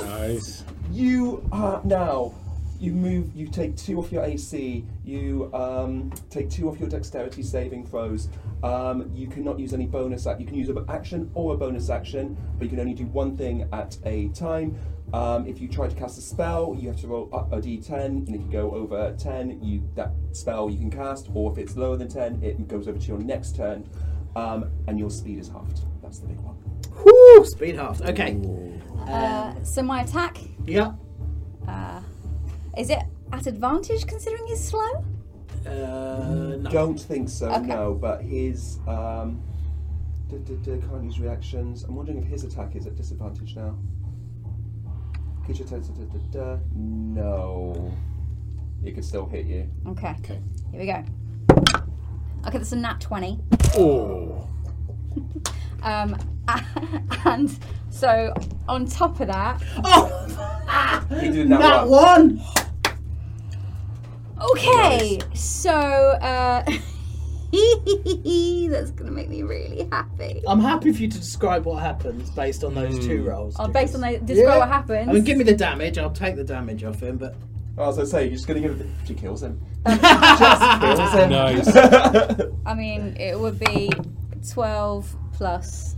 Speaker 6: Nice.
Speaker 3: You are now. You move. You take two off your AC. You um, take two off your dexterity saving throws. Um, you cannot use any bonus act. You can use an action or a bonus action, but you can only do one thing at a time. Um, if you try to cast a spell, you have to roll up a d10, and if you go over 10, you that spell you can cast. Or if it's lower than 10, it goes over to your next turn, um, and your speed is halved. That's the big one.
Speaker 1: Whoo! Speed half. Okay. Um,
Speaker 4: Uh, so my attack
Speaker 1: yeah.
Speaker 4: uh, is it at advantage considering he's slow?
Speaker 1: Uh, no.
Speaker 3: Don't think so,
Speaker 4: Okay.
Speaker 3: no. But his um, d- d- d- can't use reactions. I'm wondering if his attack is at disadvantage now. Could you t- d- d- d- d- No, it could still hit you.
Speaker 4: Okay.
Speaker 6: Okay.
Speaker 4: Here we go. Okay, that's a nat twenty.
Speaker 6: Oh.
Speaker 4: Um, and so on top of that,
Speaker 3: He did
Speaker 1: Oh!
Speaker 3: that,
Speaker 1: That
Speaker 3: one.
Speaker 1: one.
Speaker 4: Okay, so uh, that's gonna make me really happy.
Speaker 1: I'm happy for you to describe what happens based on those two rolls.
Speaker 4: Oh,
Speaker 1: Dickens.
Speaker 4: based on the describe
Speaker 1: Hmm. Yeah.
Speaker 4: what happens.
Speaker 1: I mean, give me the damage. I'll take the damage off him, but
Speaker 3: Oh, As I say, you're just gonna give it. She kills him.
Speaker 6: Nice.
Speaker 4: I mean, it would be twelve plus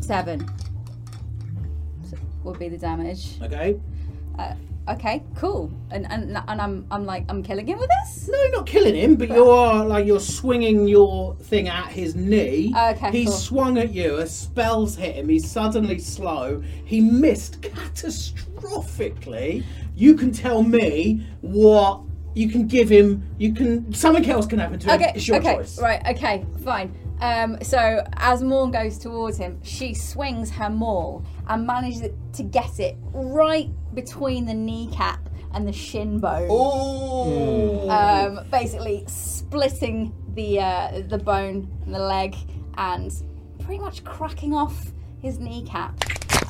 Speaker 4: seven So, would be the damage.
Speaker 1: okay.
Speaker 4: Okay, cool. And and and I'm I'm like I'm killing him with this.
Speaker 1: No, you're not killing him, but you are like you're swinging your thing at his knee.
Speaker 4: Oh, Okay,
Speaker 1: He
Speaker 4: cool.
Speaker 1: swung at you. A spell's hit him. He's suddenly slow. He missed catastrophically. You can tell me what you can give him. You can. Something else can happen to him.
Speaker 4: Okay,
Speaker 1: It's your
Speaker 4: okay,
Speaker 1: choice.
Speaker 4: right, okay, fine. Um, so as Morn goes towards him, she swings her maul and manages to get it right between the kneecap and the shin bone.
Speaker 3: Oh.
Speaker 4: Um, basically splitting the uh, the bone and the leg and pretty much cracking off his kneecap,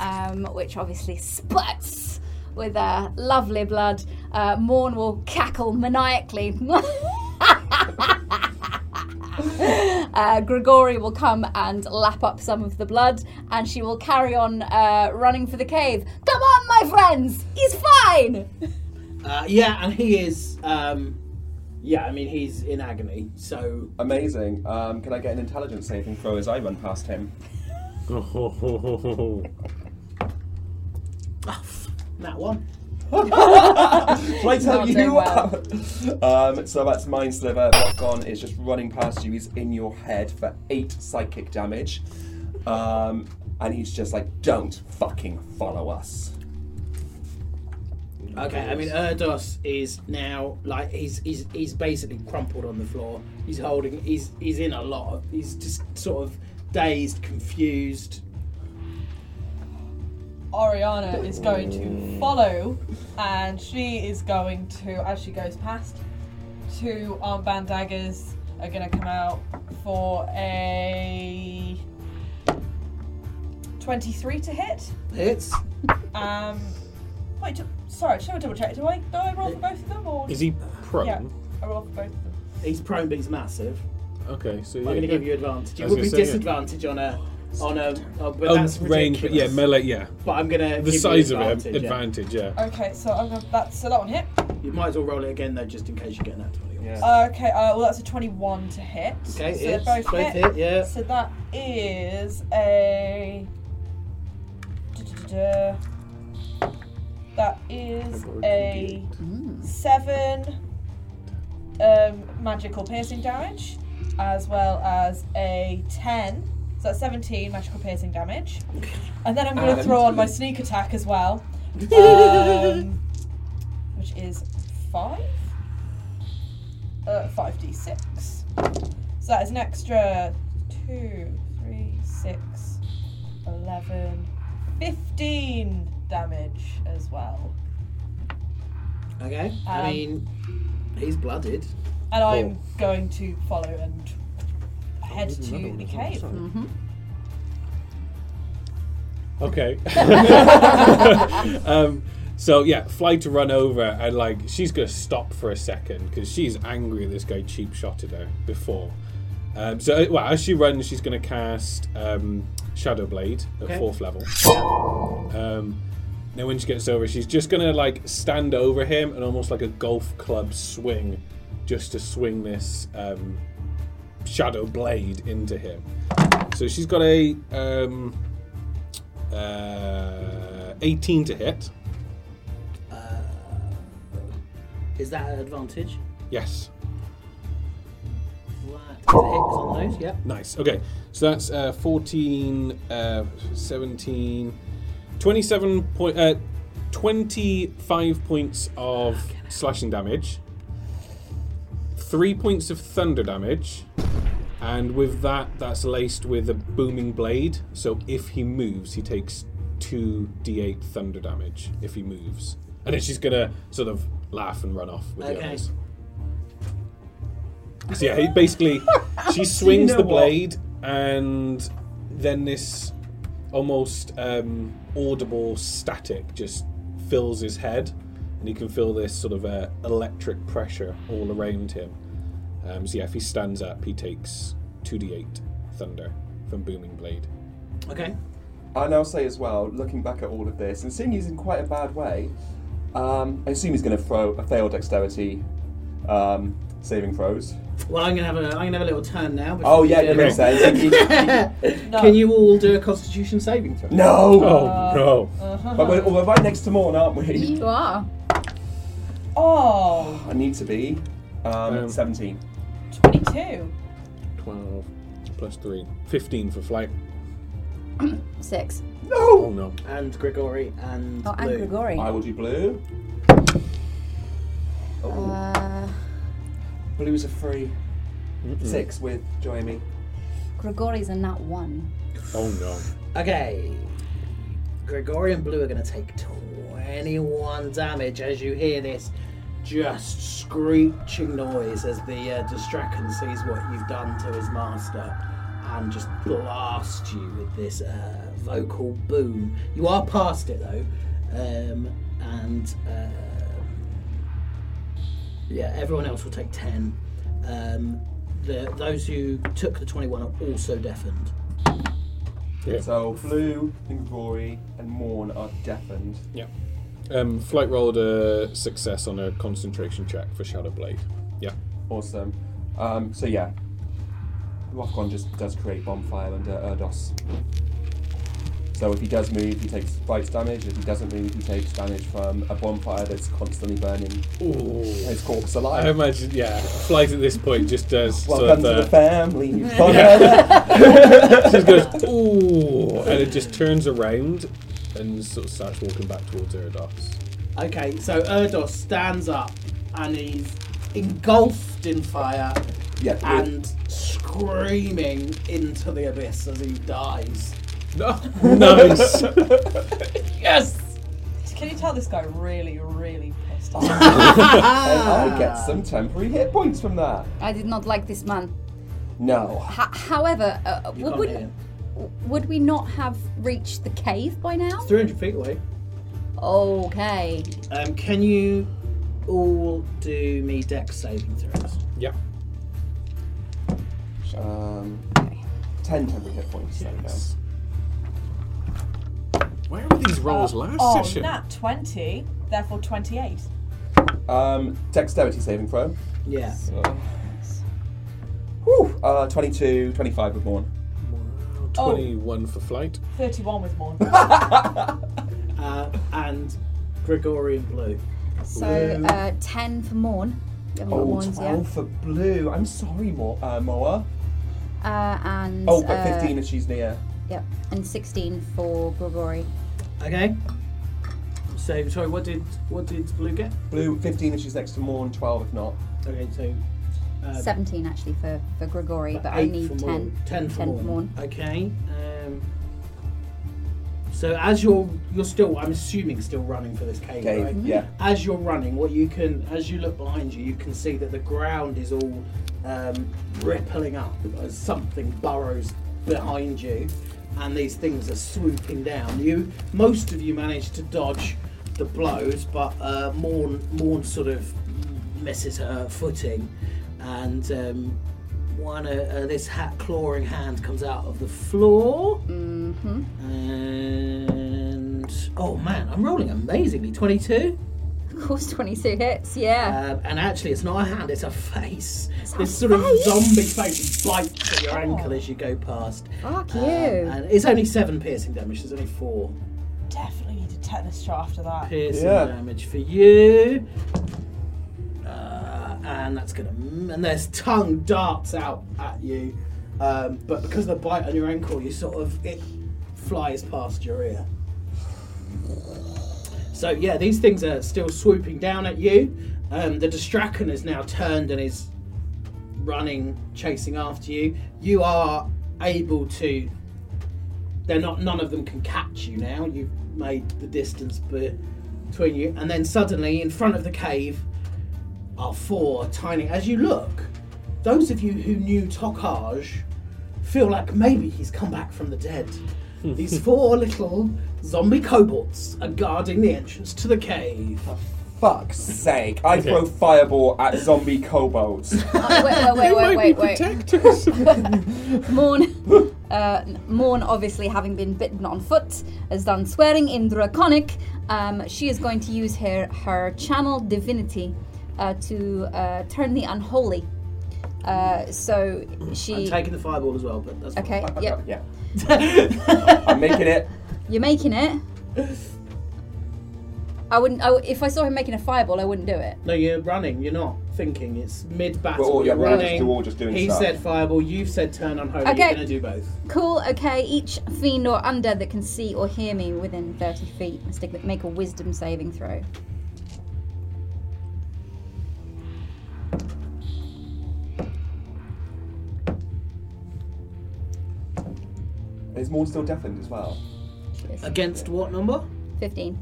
Speaker 4: um, which obviously spurts with uh, lovely blood. Uh, Morn will cackle maniacally. Uh, Grigori will come and lap up some of the blood, and she will carry on uh, running for the cave. Come on, my friends! He's fine!
Speaker 1: Uh, yeah, and he is. Um, yeah, I mean he's in agony. So
Speaker 3: Amazing. Um, can I get an intelligence saving throw as I run past him?
Speaker 6: Oh.
Speaker 1: oh, that one.
Speaker 3: Shall I tell
Speaker 4: Not
Speaker 3: you
Speaker 4: doing well.
Speaker 3: um, so that's Mind Sliver. Rockon is just running past you. He's in your head for eight psychic damage. Um, and he's just like, don't fucking follow us.
Speaker 1: Okay, I mean uh, Erdos is now like he's he's he's basically crumpled on the floor. He's holding. He's he's in a lot. Of, he's just sort of dazed, confused.
Speaker 2: Ariana is going to follow, and she is going to, as she goes past, two armband daggers are going to come out for a 23 to hit.
Speaker 1: Hits.
Speaker 2: Um, wait, do, sorry, should I double check? Do I, do I roll for both of them? Or
Speaker 6: Is he prone?
Speaker 2: Yeah. I roll for both of them.
Speaker 1: He's prone, but he's massive.
Speaker 6: Okay, so
Speaker 1: I'm going to
Speaker 6: yeah.
Speaker 1: give you advantage. It
Speaker 6: I was
Speaker 1: would be
Speaker 6: gonna say, yeah.
Speaker 1: disadvantage on a on a. Oh, but
Speaker 6: Oh,
Speaker 1: that's
Speaker 6: range, but yeah,
Speaker 1: ridiculous.
Speaker 6: melee, yeah.
Speaker 1: But I'm going to.
Speaker 6: The size
Speaker 1: you
Speaker 6: of it,
Speaker 1: advantage, yeah.
Speaker 6: advantage, yeah.
Speaker 2: Okay, so I'm gonna, that's so that one hit.
Speaker 1: You might as well roll it again though, just in case you get that twenty.
Speaker 3: Yeah.
Speaker 2: Okay, uh, well that's a 21 to hit.
Speaker 1: Okay,
Speaker 2: so
Speaker 1: hits.
Speaker 2: they're both,
Speaker 1: Both
Speaker 2: hit.
Speaker 1: hit, yeah.
Speaker 2: So that is a. da-da-da-da. That is
Speaker 6: I've already
Speaker 2: a seven um, magical piercing damage, as well as a ten. So that's seventeen magical piercing damage. And then I'm going to
Speaker 3: And-
Speaker 2: throw on my sneak attack as well, um, which is five, uh, five d six. So that is an extra two, three, six, eleven, fifteen damage as well.
Speaker 1: Okay.
Speaker 2: Um,
Speaker 1: I mean, he's blooded.
Speaker 2: And I'm
Speaker 6: Oh.
Speaker 2: going to follow and head to the cave.
Speaker 6: Okay. um, so yeah, fly to run over and like she's gonna stop for a second because she's angry this guy cheap shotted her before. Um, so uh, well, as she runs, she's gonna cast um, Shadow Blade at
Speaker 1: Okay.
Speaker 6: fourth level. Um, now when she gets over, she's just gonna like stand over him and almost like a golf club swing, just to swing this um, Shadow Blade into him. So she's got a um, uh, 18 to hit.
Speaker 1: Is that an advantage?
Speaker 6: Yes.
Speaker 1: Right. Is it hits on those? Yep.
Speaker 6: Nice. Okay. So that's uh, 14, uh, 17, 27 point, uh, 25 points of slashing damage, 3 points of thunder damage, and with that, that's laced with a booming blade. So if he moves, he takes 2d8 thunder damage if he moves. And then she's going to sort of laugh and run off with the
Speaker 1: Okay.
Speaker 6: others. So yeah, he basically she swings
Speaker 1: know
Speaker 6: the
Speaker 1: what?
Speaker 6: blade, and then this almost um, audible static just fills his head, and you can feel this sort of uh, electric pressure all around him. Um, so yeah, if he stands up, he takes two d eight thunder from booming blade.
Speaker 1: Okay.
Speaker 3: And I'll say as well, looking back at all of this and seeing he's in quite a bad way, um, I assume he's going to throw a failed dexterity um, saving throws.
Speaker 1: Well, I'm gonna have a I'm gonna have a little turn now. before
Speaker 3: Oh
Speaker 1: we
Speaker 3: yeah,
Speaker 1: do
Speaker 3: that makes
Speaker 1: anything.
Speaker 3: sense. He- he-
Speaker 2: No.
Speaker 1: Can you all do a Constitution saving throw?
Speaker 3: no,
Speaker 6: Oh, no!
Speaker 1: Uh.
Speaker 3: but we're, we're right next to Morn, aren't we?
Speaker 4: You are.
Speaker 2: Oh,
Speaker 3: I need to be um,
Speaker 6: Um,
Speaker 3: seventeen.
Speaker 2: 22.
Speaker 6: Twelve plus three. Fifteen for flight.
Speaker 4: Six.
Speaker 6: Oh
Speaker 3: No,
Speaker 6: no!
Speaker 1: And Grigori and
Speaker 4: Oh, and
Speaker 1: Lou.
Speaker 4: Grigori.
Speaker 3: I will do blue. Oh,
Speaker 4: Uh,
Speaker 3: blue is a 3 Six with Jamie.
Speaker 4: Grigori's a nat one.
Speaker 6: Oh no!
Speaker 1: Okay. Grigori and Blue are gonna take twenty-one damage as you hear this just screeching noise as the uh, Distracan sees what you've done to his master and just blasts you with this uh, vocal boom. You are past it though, um, and. Uh, yeah, everyone else will take 10. Um, the, those who took the 21 are also deafened.
Speaker 6: Yeah.
Speaker 3: So blue and Rory and Morn are deafened.
Speaker 6: Yeah. Um, flight rolled a success on a concentration check for Shadow Blade. Yeah.
Speaker 3: Awesome. Um, so yeah, Rockon just does create bonfire under Erdos. So if he does move, he takes bite damage. If he doesn't move, he takes damage from a bonfire that's constantly burning
Speaker 6: Ooh.
Speaker 3: his corpse
Speaker 6: I
Speaker 3: alive.
Speaker 6: imagine, yeah. Flight at this point just does
Speaker 3: Welcome
Speaker 6: sort
Speaker 3: to the
Speaker 6: of.
Speaker 3: family.
Speaker 6: Uh, just goes ooh, and it just turns around and sort of starts walking back towards Erdos.
Speaker 1: Okay, so Erdos stands up and he's engulfed in fire
Speaker 3: yeah.
Speaker 1: and screaming into the abyss as he dies.
Speaker 6: No, nice.
Speaker 1: Yes!
Speaker 2: Can you tell this guy really, really pissed off?
Speaker 3: and I get some temporary hit points from that.
Speaker 4: I did not like this man.
Speaker 3: No.
Speaker 4: H- however, uh,
Speaker 1: You
Speaker 4: would,
Speaker 1: can't
Speaker 4: would,
Speaker 1: hear.
Speaker 4: would we not have reached the cave by now?
Speaker 1: It's 300 feet away.
Speaker 4: Okay.
Speaker 1: Um, can you all do me dex saving throws?
Speaker 6: Yeah.
Speaker 3: Um, ten temporary hit points. There we go.
Speaker 6: Where were these rolls last
Speaker 2: Oh,
Speaker 6: session?
Speaker 2: nat 20, therefore 28.
Speaker 3: Um, dexterity saving throw.
Speaker 1: Yeah.
Speaker 3: Whew, uh, 22, 25 with Morn.
Speaker 2: Oh.
Speaker 6: 21 for flight.
Speaker 2: 31 with Morn.
Speaker 1: Uh, and Gregorian Blue.
Speaker 4: So uh, ten for Morn. You haven't got
Speaker 3: Oh,
Speaker 4: Morns
Speaker 3: 12
Speaker 4: yet.
Speaker 3: for Blue. I'm sorry, Mo- uh, Moa.
Speaker 4: Uh, and
Speaker 3: Oh, but
Speaker 4: uh,
Speaker 3: 15 if she's near.
Speaker 4: Yep, and sixteen for Grigori.
Speaker 1: Okay. So sorry, what did what did Blue get?
Speaker 3: Blue, 15 if she's next to Morn, 12 if not.
Speaker 1: Okay, so uh,
Speaker 4: Seventeen actually for for Grigori, but
Speaker 1: eight
Speaker 4: only
Speaker 1: for
Speaker 4: ten.
Speaker 1: Morn, ten for
Speaker 4: ten
Speaker 1: Morn.
Speaker 4: for Morn.
Speaker 1: Okay. Um, so as you're you're still, I'm assuming, still running for this cave,
Speaker 3: Cave,
Speaker 1: right?
Speaker 3: yeah.
Speaker 1: As you're running, what you can, as you look behind you, you can see that the ground is all um, rippling up as something burrows behind you, and these things are swooping down. You, most of you, manage to dodge the blows, but uh, Morn, Morn sort of misses her footing, and um, one uh, uh, this hat clawing hand comes out of the floor.
Speaker 4: Mm-hmm.
Speaker 1: And oh man, I'm rolling amazingly. 22.
Speaker 4: Of course, twenty-two hits. Yeah.
Speaker 1: Um, and actually, it's not a hand; it's a face.
Speaker 4: a
Speaker 1: this sort
Speaker 4: face? Oh.
Speaker 1: of zombie face bites at your ankle as you go past.
Speaker 4: Fuck
Speaker 1: Um,
Speaker 4: you.
Speaker 1: and it's only seven piercing damage. There's only four
Speaker 2: Definitely need a tetanus shot after that.
Speaker 1: piercing
Speaker 3: Yeah.
Speaker 1: damage for you. Uh, and that's gonna. And there's tongue darts out at you, um, but because of the bite on your ankle, you sort of it flies past your ear. So yeah, these things are still swooping down at you. Um, the Distracon is now turned and is running, chasing after you. You are able to. They're not. None of them can catch you now. You've made the distance be- between you, and then suddenly, in front of the cave, are four tiny. As you look, those of you who knew Tokaj feel like maybe he's come back from the dead. These four little zombie kobolds are guarding the entrance to the cave.
Speaker 3: Fuck's sake. I throw fireball at zombie kobolds.
Speaker 4: Oh, wait, wait, wait, wait, wait, wait.
Speaker 6: protectors.
Speaker 4: Morn, uh, Morn, obviously having been bitten on foot, has done swearing in draconic. Um, she is going to use her her channel divinity uh, to uh, turn the unholy. Uh, so
Speaker 1: I'm
Speaker 4: she.
Speaker 1: taking the fireball as well, but that's fine.
Speaker 4: Okay. Yep.
Speaker 3: yeah. I'm making it.
Speaker 4: You're making it. I wouldn't. I, w- if I saw him making a fireball, I wouldn't do it.
Speaker 1: No, you're running. You're not thinking. It's mid battle.
Speaker 3: We're all- yeah,
Speaker 1: you're
Speaker 3: we're all just-
Speaker 1: running.
Speaker 3: we're all just doing
Speaker 1: He
Speaker 3: stuff.
Speaker 1: said fireball. You've said turn on holy.
Speaker 4: Okay.
Speaker 1: You're gonna do both.
Speaker 4: Cool. Okay. Each fiend or undead that can see or hear me within 30 feet must take- make a Wisdom saving throw.
Speaker 3: Is Morn still deafened as well?
Speaker 1: Against what number?
Speaker 4: 15.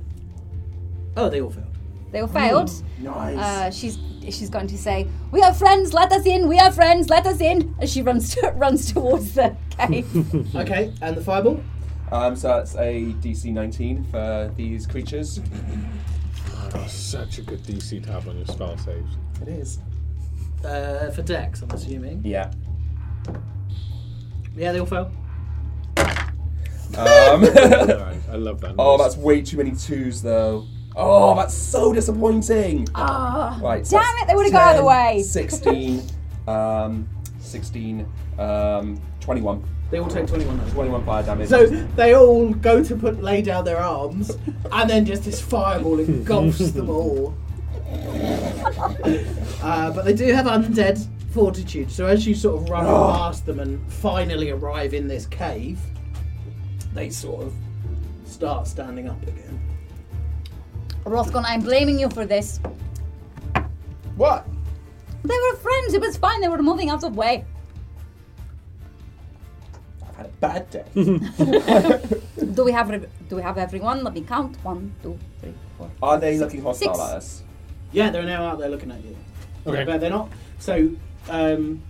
Speaker 1: Oh, they all failed.
Speaker 4: They all failed.
Speaker 3: Nice.
Speaker 4: Uh, she's she's going to say, "We are friends. Let us in. We are friends. Let us in." As she runs to, runs towards the cave.
Speaker 1: Okay, and the fireball.
Speaker 3: Um, so that's a DC 19 for these creatures.
Speaker 6: Oh, such a good DC to have on your spell saves.
Speaker 3: It is.
Speaker 1: Uh, for Dex, I'm assuming.
Speaker 3: Yeah.
Speaker 1: Yeah, they all fail.
Speaker 3: Um,
Speaker 6: Alright, I love that.
Speaker 3: oh,
Speaker 6: noise.
Speaker 3: that's way too many twos though. Oh, that's so disappointing.
Speaker 4: Ah,
Speaker 3: Right.
Speaker 4: damn it! They would have got out of the way.
Speaker 3: 16, um, 16, um, 21.
Speaker 1: They all take 21 damage.
Speaker 3: 21 fire damage.
Speaker 1: So they all go to put lay down their arms, and then just this fireball engulfs them all. Uh, but they do have undead fortitude, so as you sort of run past them and finally arrive in this cave, they sort of start standing up again.
Speaker 4: Rothgon, I'm blaming you for this.
Speaker 3: what?
Speaker 4: They were friends. It was fine. They were moving out of the way.
Speaker 3: I've had a bad day.
Speaker 4: Do we have re- do we have everyone? Let me count. One, two, three, four.
Speaker 3: Are they looking hostile
Speaker 4: Six.
Speaker 3: at us?
Speaker 1: Yeah, they're now out there looking at you.
Speaker 6: Okay.
Speaker 1: But they're not. So um,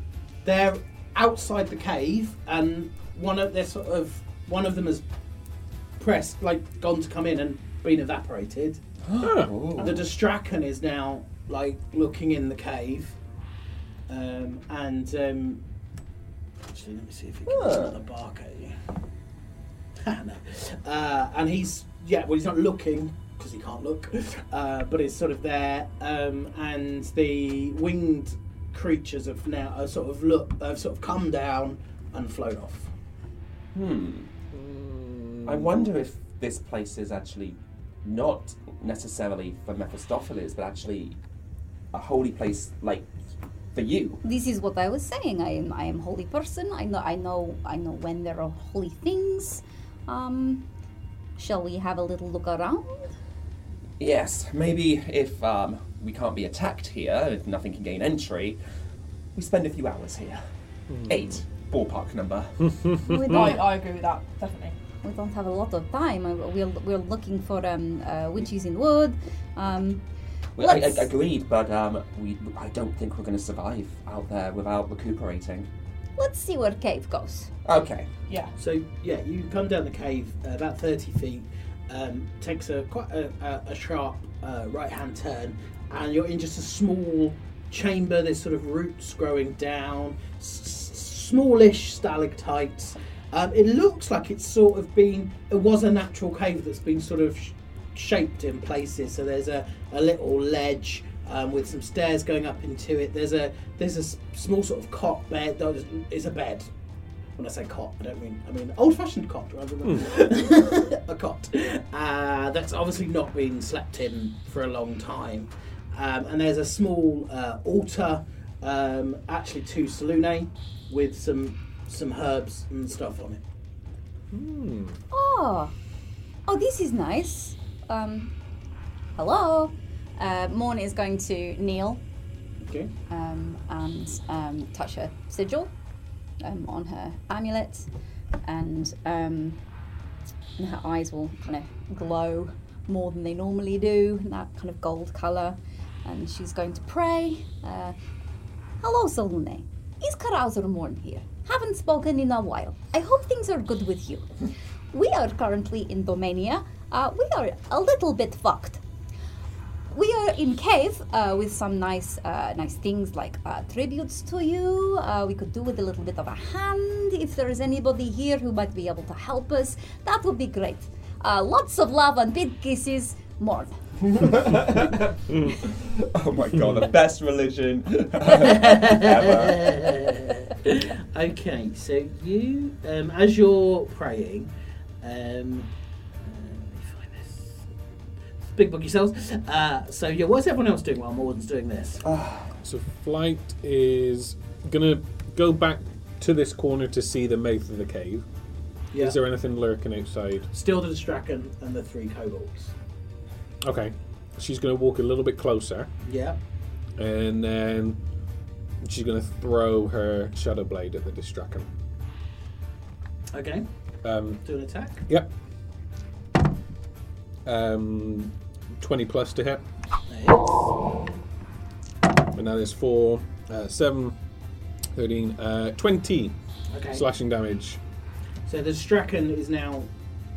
Speaker 1: they're outside the cave, and one of their sort of one of them has pressed like gone to come in and been evaporated.
Speaker 6: Oh.
Speaker 1: The Distracon is now like looking in the cave, um, and um, actually, let me see if he gives
Speaker 3: Ah.
Speaker 1: another bark at you. Ah, no. uh, and he's yeah, well, he's not looking because he can't look, uh, but he's sort of there. Um, and the winged creatures have now uh, sort of look, have sort of come down and flown off.
Speaker 3: I wonder if this place is actually not necessarily for Mephistopheles, but actually a holy place like for you.
Speaker 4: This is what I was saying. I am I am holy person. I know I know I know when there are holy things. Um, shall we have a little look around?
Speaker 3: Yes, maybe if um, we can't be attacked here, if nothing can gain entry, we spend a few hours here. Eight, ballpark number.
Speaker 4: We
Speaker 2: I,
Speaker 4: don't,
Speaker 2: I agree with that, definitely.
Speaker 4: we don't have a lot of time. Uh, We're we're looking for um, uh, witches in wood. Um,
Speaker 3: Well, I,
Speaker 4: Let's-
Speaker 3: I, agreed, but um, we, I don't think we're going to survive out there without recuperating.
Speaker 4: let's see where cave goes.
Speaker 3: Okay.
Speaker 2: Yeah.
Speaker 1: So yeah, you come down the cave uh, about thirty feet, um, takes a quite a, a, a sharp uh, right-hand turn, and you're in just a small chamber. There's sort of roots growing down, s- s- smallish stalactites. Um, it looks like it's sort of been it was a natural cave that's been sort of sh- shaped in places. So there's a, a little ledge um, with some stairs going up into it. There's a there's a s- small sort of cot bed. though it's- It's a bed when I say cot, I don't mean I mean old-fashioned cot rather than a cot uh, that's obviously not been slept in for a long time. Um, and there's a small uh, altar, um, actually to Salune, with some some herbs and stuff on it.
Speaker 4: Oh, oh, this is nice. Um, hello. Uh, Morn is going to kneel
Speaker 1: Okay.
Speaker 4: um, and um, touch her sigil um, on her amulet, and, um, and her eyes will kind of glow more than they normally do in that kind of gold colour. And she's going to pray. Uh, Hello, Salune. Is Carouser Morn here? Haven't spoken in a while. I hope things are good with you. We are currently in Domania. Uh, we are a little bit fucked we are in cave uh, with some nice uh, nice things like uh, tributes to you uh, we could do with a little bit of a hand if there is anybody here who might be able to help us that would be great uh, lots of love and big kisses more
Speaker 3: Oh my god, the best religion ever.
Speaker 1: okay, so you, um, as you're praying, um, uh, let me find this. Big book yourselves. Uh, so yeah, what's everyone else doing while Morden's doing this?
Speaker 6: So flight is gonna go back to this corner to see the mouth of the cave.
Speaker 1: Yeah.
Speaker 6: Is there anything lurking outside?
Speaker 1: Still the Distracon and the three kobolds.
Speaker 6: Okay. She's gonna walk a little bit closer,
Speaker 1: Yeah.
Speaker 6: and then she's gonna throw her shadow blade at the distracon.
Speaker 1: Okay.
Speaker 6: Um,
Speaker 1: Do an attack.
Speaker 6: yep. Um, twenty plus to hit,
Speaker 1: Nice.
Speaker 6: and that is for uh, seven, thirteen, uh, twenty
Speaker 1: Okay.
Speaker 6: slashing damage.
Speaker 1: So the Distracon is now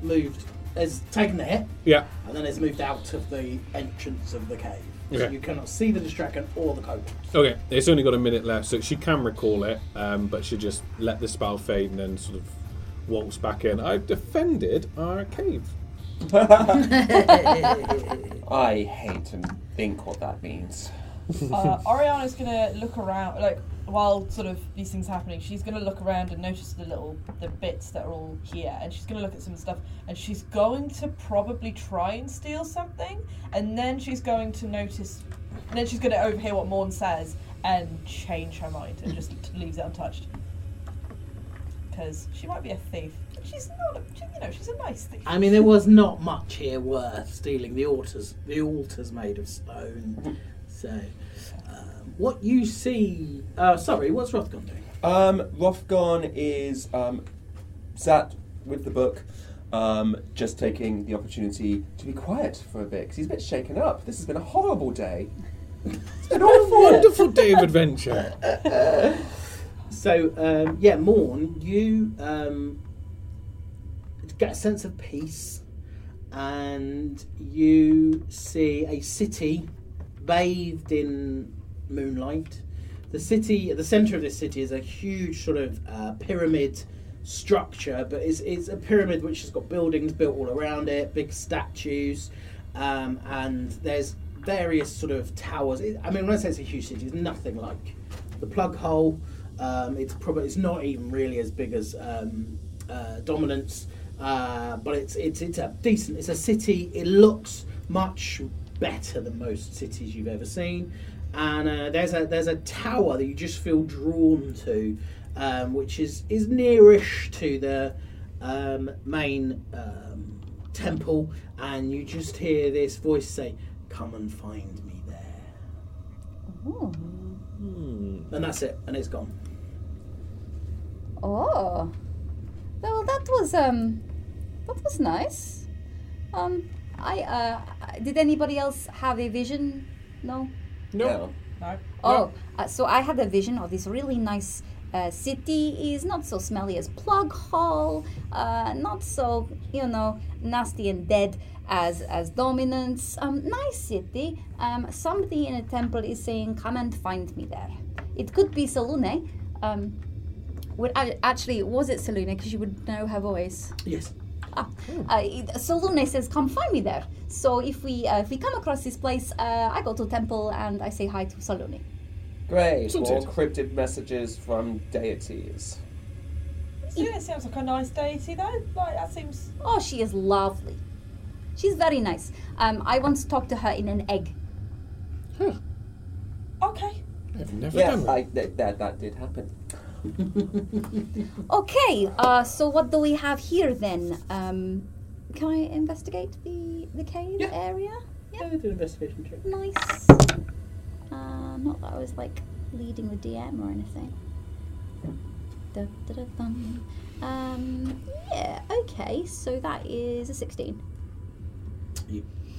Speaker 1: moved, has taken the hit,
Speaker 6: Yeah.
Speaker 1: and then has moved out of the entrance of the cave. So
Speaker 6: Okay.
Speaker 1: you cannot see the Distracon or the kobolds.
Speaker 6: Okay, it's only got a minute left, so she can recall it, um, but she just let the spell fade and then sort of waltz back in. I've defended our cave.
Speaker 3: I hate and think what that means.
Speaker 2: uh, Ariana's gonna look around, like while sort of these things happening, she's gonna look around and notice the little the bits that are all here, and she's gonna look at some stuff, and she's going to probably try and steal something, and then she's going to notice, and then she's gonna overhear what Morn says and change her mind and just leaves it untouched, because she might be a thief, but she's not. A, she, you know, she's a nice thief.
Speaker 1: I mean, there was not much here worth stealing. The altars, the altars made of stone. So, um, what you see? Uh, sorry, what's Rothgon doing?
Speaker 3: Um, Rothgon is um, sat with the book, um, just taking the opportunity to be quiet for a bit 'cause he's a bit shaken up. This has been a horrible day. It's been awful.
Speaker 6: Wonderful day of adventure.
Speaker 1: So um, yeah, Morn, you um, get a sense of peace, and you see a city bathed in moonlight. The city, at the centre of this city, is a huge sort of uh, pyramid structure, but it's, it's a pyramid which has got buildings built all around it, big statues, um, and there's various sort of towers. It, I mean, when I say it's a huge city, it's nothing like the plug hole. Um, it's probably it's not even really as big as um, uh, Dominance, uh, but it's it's it's a decent. It's a city. It looks much better than most cities you've ever seen, and uh, there's a there's a tower that you just feel drawn to, um, which is is nearish to the um, main um, temple, and you just hear this voice say, "Come and find me there,"
Speaker 4: Ooh.
Speaker 1: and that's it, and it's gone.
Speaker 4: Oh. Well, that was um, that was nice. Um, I uh, did anybody else have a vision? No.
Speaker 3: No.
Speaker 2: No.
Speaker 4: Oh, uh, so I had a vision of this really nice uh, city. Is not so smelly as Plug Hall. Uh, not so you know nasty and dead as as Dominance. Um, nice city. Um, somebody in a temple is saying, "Come and find me there." It could be Salune. Um, would I, actually was it Salune? Because you would know her voice.
Speaker 1: Yes.
Speaker 4: Ah, uh, it- so Lune says, "Come find me there." So if we uh, if we come across this place, uh, I go to temple and I say hi to Salune.
Speaker 3: Great. Or
Speaker 6: Sorted.
Speaker 3: cryptid messages from deities.
Speaker 2: Yeah, it sounds like a nice day. See though, like that seems.
Speaker 4: Oh, she is lovely. She's very nice. Um, I once talked to her in an egg.
Speaker 2: Okay.
Speaker 6: I've never
Speaker 3: Yeah,
Speaker 6: done that.
Speaker 3: I, th- that that did happen.
Speaker 4: Okay. Uh, so what do we have here then? Um, can I investigate the the cave
Speaker 1: Yeah.
Speaker 4: area?
Speaker 1: Yeah, do an investigation check.
Speaker 4: Nice. Uh, not that I was like leading the DM or anything. Da, da, da, dum. Um, yeah, okay, so that is a 16.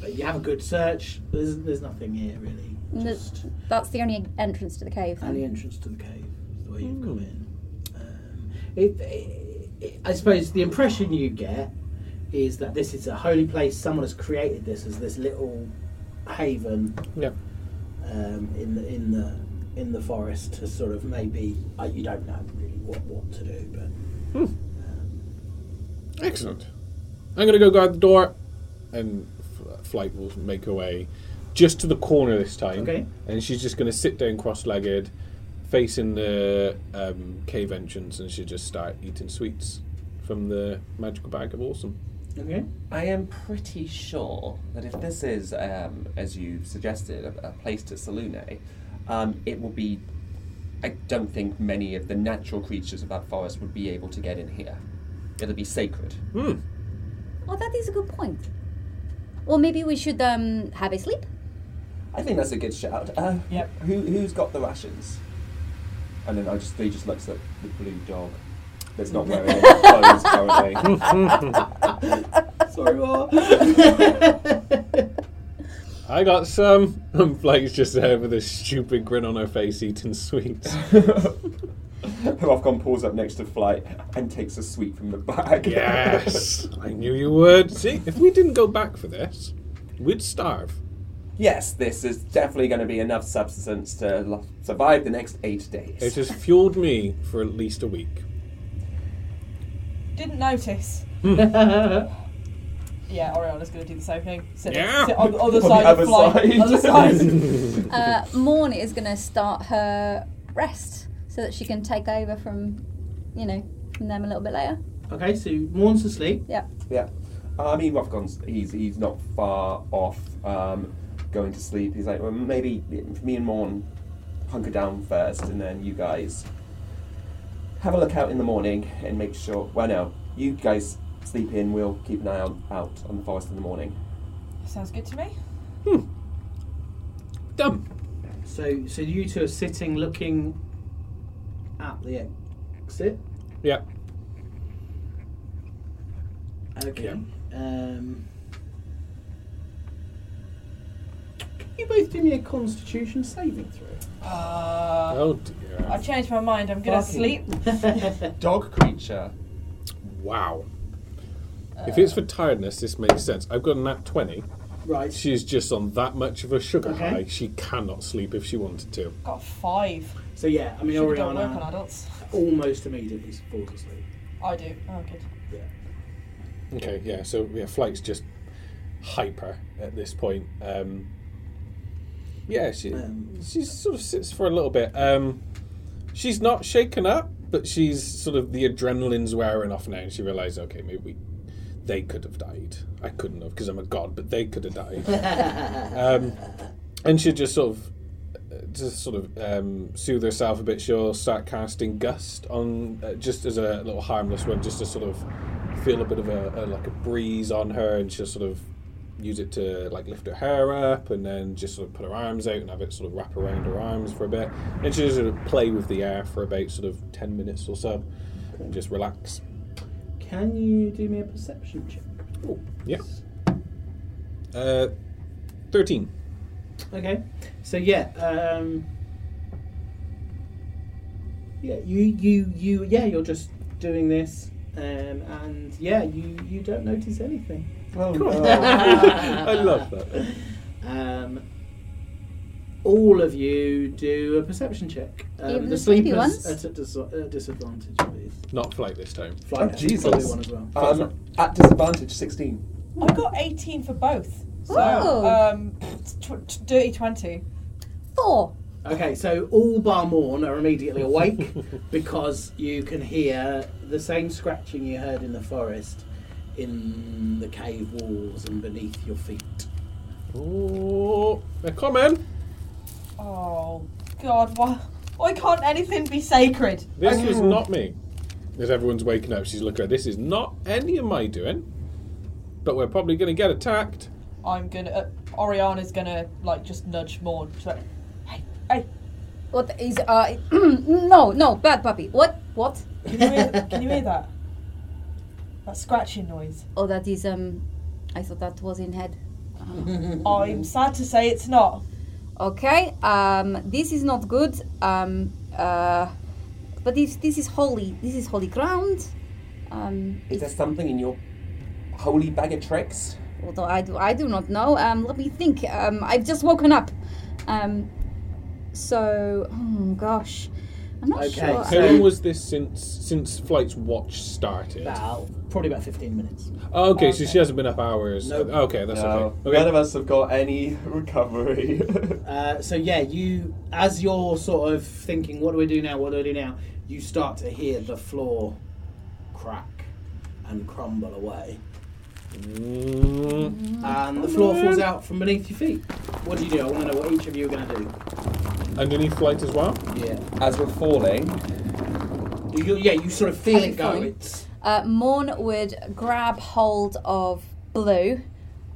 Speaker 1: But you have a good search. There's there's nothing here really.
Speaker 4: No.
Speaker 1: Just
Speaker 4: That's the only entrance to the cave.
Speaker 1: and the entrance to the cave is the way you've come in. Um, it, it, it- I suppose the impression you get is that this is a holy place. Someone has created this as this little haven
Speaker 6: Yeah.
Speaker 1: um, in the in the in the forest to sort of maybe uh, you don't know really what what to do, but
Speaker 6: Excellent. I'm gonna go guard the door, and F- Flight will make her way just to the corner this time.
Speaker 1: Okay.
Speaker 6: And she's just gonna sit down cross-legged, facing the um, cave entrance, and she'll just start eating sweets from the magical bag of awesome.
Speaker 1: okay.
Speaker 3: I am pretty sure that if this is, um, as you suggested, a, a place to Salune, um, it will be. I don't think many of the natural creatures of that forest would be able to get in here. It'll be sacred.
Speaker 6: Hmm.
Speaker 4: Oh, that is a good point. Well, maybe we should um, have a sleep.
Speaker 3: I think that's a good shout. Uh,
Speaker 1: Yep.
Speaker 3: Who who's got the rations? And then I just he just looks at the blue dog. That's not wearing any clothes currently.
Speaker 1: Sorry, what?
Speaker 6: I got some. And Flight's just there with a stupid grin on her face, eating sweets.
Speaker 3: Rovcon pulls up next to flight and takes a sweet from the bag.
Speaker 6: yes, I knew you would. See, if we didn't go back for this, we'd starve.
Speaker 3: yes, this is definitely going to be enough substance to lo- survive the next eight days.
Speaker 6: It has fueled me for at least a week.
Speaker 2: Didn't notice.
Speaker 1: Hmm.
Speaker 2: Yeah, Oriana's gonna do the same thing. Sit,
Speaker 6: Yeah.
Speaker 2: sit on the other
Speaker 3: On the
Speaker 2: side
Speaker 3: other
Speaker 2: of flight.
Speaker 3: side.
Speaker 2: Other side.
Speaker 4: Uh, Morn is going to start her rest so that she can take over from, you know, from them a little bit later.
Speaker 1: okay, so Morn's asleep.
Speaker 4: Yeah.
Speaker 3: Yeah. I mean, Rothkon's, he's, he's not far off um, going to sleep. He's like, well, maybe me and Morn hunker down first, and then you guys have a look out in the morning and make sure. Well, no, you guys sleep in. We'll keep an eye on, out on the forest in the morning.
Speaker 2: Sounds good to me.
Speaker 6: Dumb.
Speaker 1: So so you two are sitting looking at the exit.
Speaker 6: Yeah.
Speaker 1: Okay. Um, you both do me a Constitution saving
Speaker 2: Uh,
Speaker 6: Oh dear.
Speaker 2: I changed my mind. I'm gonna
Speaker 1: Fucking-
Speaker 2: sleep.
Speaker 1: throw?
Speaker 3: Dog creature.
Speaker 6: Wow. if it's for tiredness, this makes sense. I've got a nat 20.
Speaker 1: right.
Speaker 6: She's just on that much of a sugar
Speaker 1: Okay.
Speaker 6: high, she cannot sleep if she wanted to.
Speaker 2: Got five.
Speaker 1: So yeah, I mean
Speaker 2: Should have done work on
Speaker 1: Oriana
Speaker 2: adults.
Speaker 1: almost immediately falls asleep.
Speaker 2: I do. Oh, good.
Speaker 1: Yeah.
Speaker 6: Okay, yeah, so yeah, Flight's just hyper at this point. Um, yeah, she,
Speaker 1: Um,
Speaker 6: she sort of sits for a little bit. Um, she's not shaken up, but she's sort of the adrenaline's wearing off now, and she realises, okay, maybe we, they could have died. I couldn't have because I'm a god, but they could have died. um, and she just sort of to sort of um, soothe herself a bit, she'll start casting gust on uh, just as a little harmless one, just to sort of feel a bit of a, a like a breeze on her, and she'll sort of use it to like lift her hair up, and then just sort of put her arms out and have it sort of wrap around her arms for a bit, and she'll sort of play with the air for about sort of ten minutes or so, and just relax.
Speaker 1: Can you do me a perception check?
Speaker 6: Oh, yeah. Uh, thirteen.
Speaker 1: Okay. So yeah, um, yeah, you you you yeah, you're just doing this, um, and yeah, you you don't notice anything.
Speaker 3: Oh,
Speaker 6: I love that.
Speaker 1: Um, all of you do a perception check. Um,
Speaker 4: Even
Speaker 1: the,
Speaker 4: the sleepy
Speaker 1: sleepers
Speaker 4: ones?
Speaker 1: at a dis- uh, disadvantage, please.
Speaker 6: Not flight this time.
Speaker 1: Fly
Speaker 3: Oh,
Speaker 1: down,
Speaker 3: Jesus.
Speaker 1: probably one as well.
Speaker 3: Um, at disadvantage, 16.
Speaker 2: I got 18 for both. So,
Speaker 4: Ooh.
Speaker 1: Oh.
Speaker 2: um, tw- tw- dirty 20.
Speaker 4: Four.
Speaker 1: Okay, so all bar Morn are immediately awake because you can hear the same scratching you heard in the forest, in the cave walls and beneath your feet.
Speaker 6: Oh, they're coming.
Speaker 2: Oh, God, why, why can't anything be sacred?
Speaker 6: This is
Speaker 1: Oh.
Speaker 6: not me. As everyone's waking up, she's looking at this is not any of my doing. But we're probably going to get attacked.
Speaker 2: I'm gonna, uh, Oriana's gonna, like, just nudge Morn. She's like, hey, hey,
Speaker 4: What is uh? no, no, bad puppy. What? What?
Speaker 2: can you hear, can you hear that? That scratching noise.
Speaker 4: Oh, that is um. I thought that was in head.
Speaker 2: I'm sad to say it's not.
Speaker 4: Okay. Um, this is not good. Um, uh, but this this is holy. This is holy ground. Um,
Speaker 3: Is there something in your holy bag of tricks?
Speaker 4: although I do I do not know. Um, let me think. Um, I've just woken up. Um, so oh gosh, I'm not
Speaker 1: Okay,
Speaker 4: sure.
Speaker 6: How
Speaker 1: so-
Speaker 6: long was this since since Flight's watch started?
Speaker 1: About probably about fifteen minutes.
Speaker 6: Oh, okay, so
Speaker 2: Okay.
Speaker 6: she hasn't been up hours.
Speaker 1: Nope.
Speaker 6: Okay, that's
Speaker 3: no.
Speaker 6: okay.
Speaker 3: None of
Speaker 6: okay.
Speaker 3: us have got any recovery.
Speaker 1: Uh, so yeah, you as you're sort of thinking, what do I do now? What do I do now? You start to hear the floor crack and crumble away,
Speaker 6: Mm,
Speaker 1: and the floor falls out from beneath your feet. What do you do? I want to know what each of you are going to do.
Speaker 6: underneath Flight as well?
Speaker 1: Yeah.
Speaker 3: As we're falling,
Speaker 1: You, you- yeah, you sort of feel
Speaker 4: Are
Speaker 1: it
Speaker 4: you
Speaker 1: go.
Speaker 4: fine?
Speaker 1: It's
Speaker 4: Uh, Morn would grab hold of Blue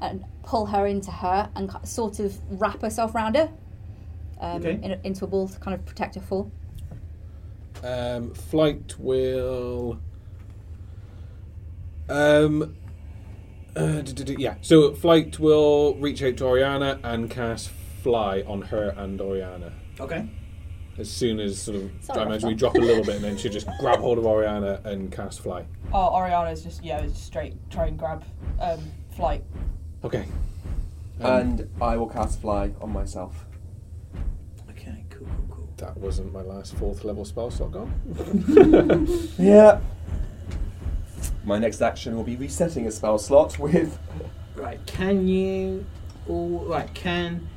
Speaker 4: and pull her into her and ki- sort of wrap herself around her um,
Speaker 1: Okay.
Speaker 4: in, into a ball to kind of protect her fall.
Speaker 6: Um, flight will. Um, uh, d- d- d- yeah, so flight will reach out to Oriana and cast fly on her and Oriana.
Speaker 1: okay.
Speaker 6: As soon as sort of
Speaker 4: Sorry about
Speaker 6: dimension we
Speaker 4: that.
Speaker 6: drop a little bit, and then she just grab hold of Oriana and cast fly.
Speaker 2: Oh, Oriana's just, yeah, just straight try and grab, um, flight.
Speaker 6: Okay. Um,
Speaker 3: and I will cast fly on myself.
Speaker 1: Okay. Cool. Cool. Cool.
Speaker 6: That wasn't my last fourth level spell slot gone.
Speaker 3: Yeah. My next action will be resetting a spell slot with.
Speaker 1: Right. Can you? All right. Can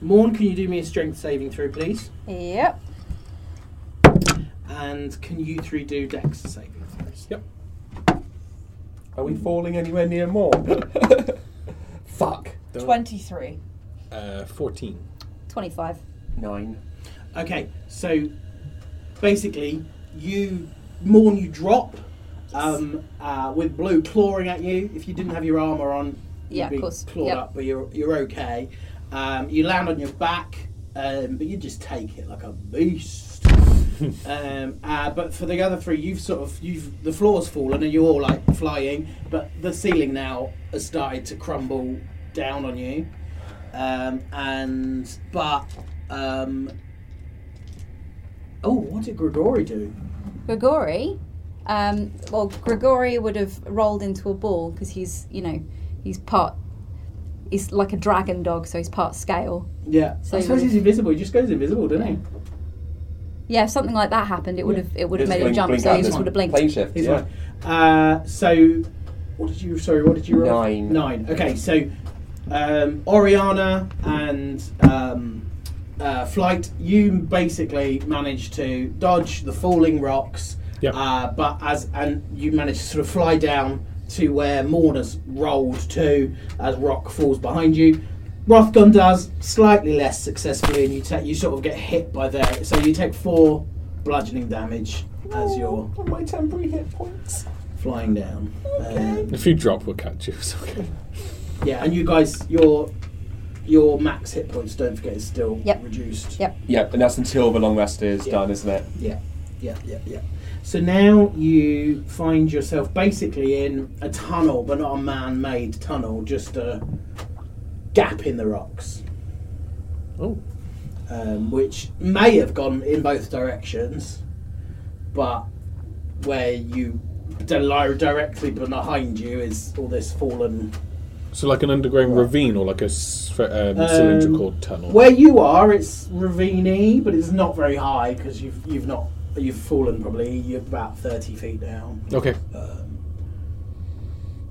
Speaker 1: Morn? Can you do me a strength saving throw, please?
Speaker 4: Yep.
Speaker 1: And can you three do Dex saving throws?
Speaker 6: yep.
Speaker 3: Are we falling anywhere near more? Fuck.
Speaker 2: 23.
Speaker 6: Uh, Fourteen.
Speaker 4: 25.
Speaker 3: Nine.
Speaker 1: Okay, so basically, you Morn, you drop um, uh, with Blue clawing at you. If you didn't have your armor on, you'd
Speaker 4: Yeah, of
Speaker 1: be
Speaker 4: course.
Speaker 1: clawed
Speaker 4: Yep.
Speaker 1: up, but you're you're okay. Um, you land on your back, um, but you just take it like a beast. um, uh, but for the other three, you've sort of you've the floor's fallen and you're all like flying, but the ceiling now has started to crumble down on you. um, and but um, oh, what did Grigori do?
Speaker 4: Grigori, um, well, Grigori would have rolled into a ball because he's, you know, he's part, he's like a dragon dog, so he's part scale.
Speaker 1: Yeah,
Speaker 4: So
Speaker 1: I suppose
Speaker 4: you-
Speaker 1: he's invisible. He just goes invisible, doesn't he?
Speaker 4: Yeah, if something like that happened, it would
Speaker 1: Yeah.
Speaker 4: have it would have
Speaker 3: Just
Speaker 4: made it
Speaker 3: blink-
Speaker 4: jump,
Speaker 3: blink
Speaker 4: so
Speaker 3: out
Speaker 4: he
Speaker 3: this
Speaker 4: just would have blinked.
Speaker 3: Plane shift.
Speaker 1: He's
Speaker 3: Yeah.
Speaker 1: right. Uh, so, what did you? Sorry, what did you? roll?
Speaker 3: Nine.
Speaker 1: Nine. Okay, so um, Oriana and um, uh, Flight, you basically managed to dodge the falling rocks.
Speaker 6: Yep.
Speaker 1: Uh, but as and you managed to sort of fly down to where Mourner's rolled to as rock falls behind you. Rothgun does slightly less successfully, and you ta- you sort of get hit by there. So you take four bludgeoning damage as you're
Speaker 3: my temporary hit points.
Speaker 1: flying down. Okay.
Speaker 6: If you drop, we'll catch you. It's okay.
Speaker 1: yeah, and you guys, your your max hit points, don't forget, is still
Speaker 4: Yep.
Speaker 1: reduced.
Speaker 4: Yep.
Speaker 3: Yep, and that's until the long rest is
Speaker 1: Yeah.
Speaker 3: done, isn't it?
Speaker 1: Yeah, yeah, yeah, yeah. So now you find yourself basically in a tunnel, but not a man-made tunnel, just a gap in the rocks,
Speaker 6: Oh,
Speaker 1: um, which may have gone in both directions, but where you di- directly behind you is all this fallen
Speaker 6: so like an underground ravine or like a sph- um, cylindrical tunnel.
Speaker 1: Where you are, it's raviney, but it's not very high because you've you've not you've fallen probably you're about thirty feet down.
Speaker 6: Okay.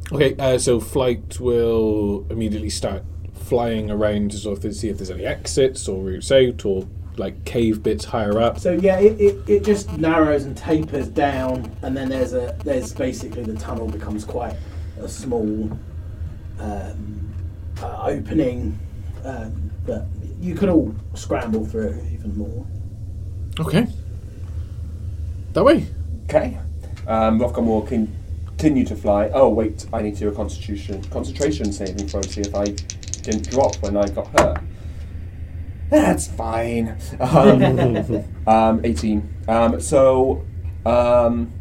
Speaker 6: Okay, uh, so flight will immediately start flying around to sort of see if there's any exits or routes out or like cave bits higher up.
Speaker 1: So yeah, it, it, it just narrows and tapers down, and then there's a there's basically the tunnel becomes quite a small um, uh, opening, um, but you could all scramble through even more.
Speaker 6: Okay. That way.
Speaker 3: Okay. Um, Rothcon will con- continue to fly. Oh, wait, I need to do a constitution, concentration saving throw to see if I didn't drop when I got hurt. That's fine. Um, um, 18. Um, so, um,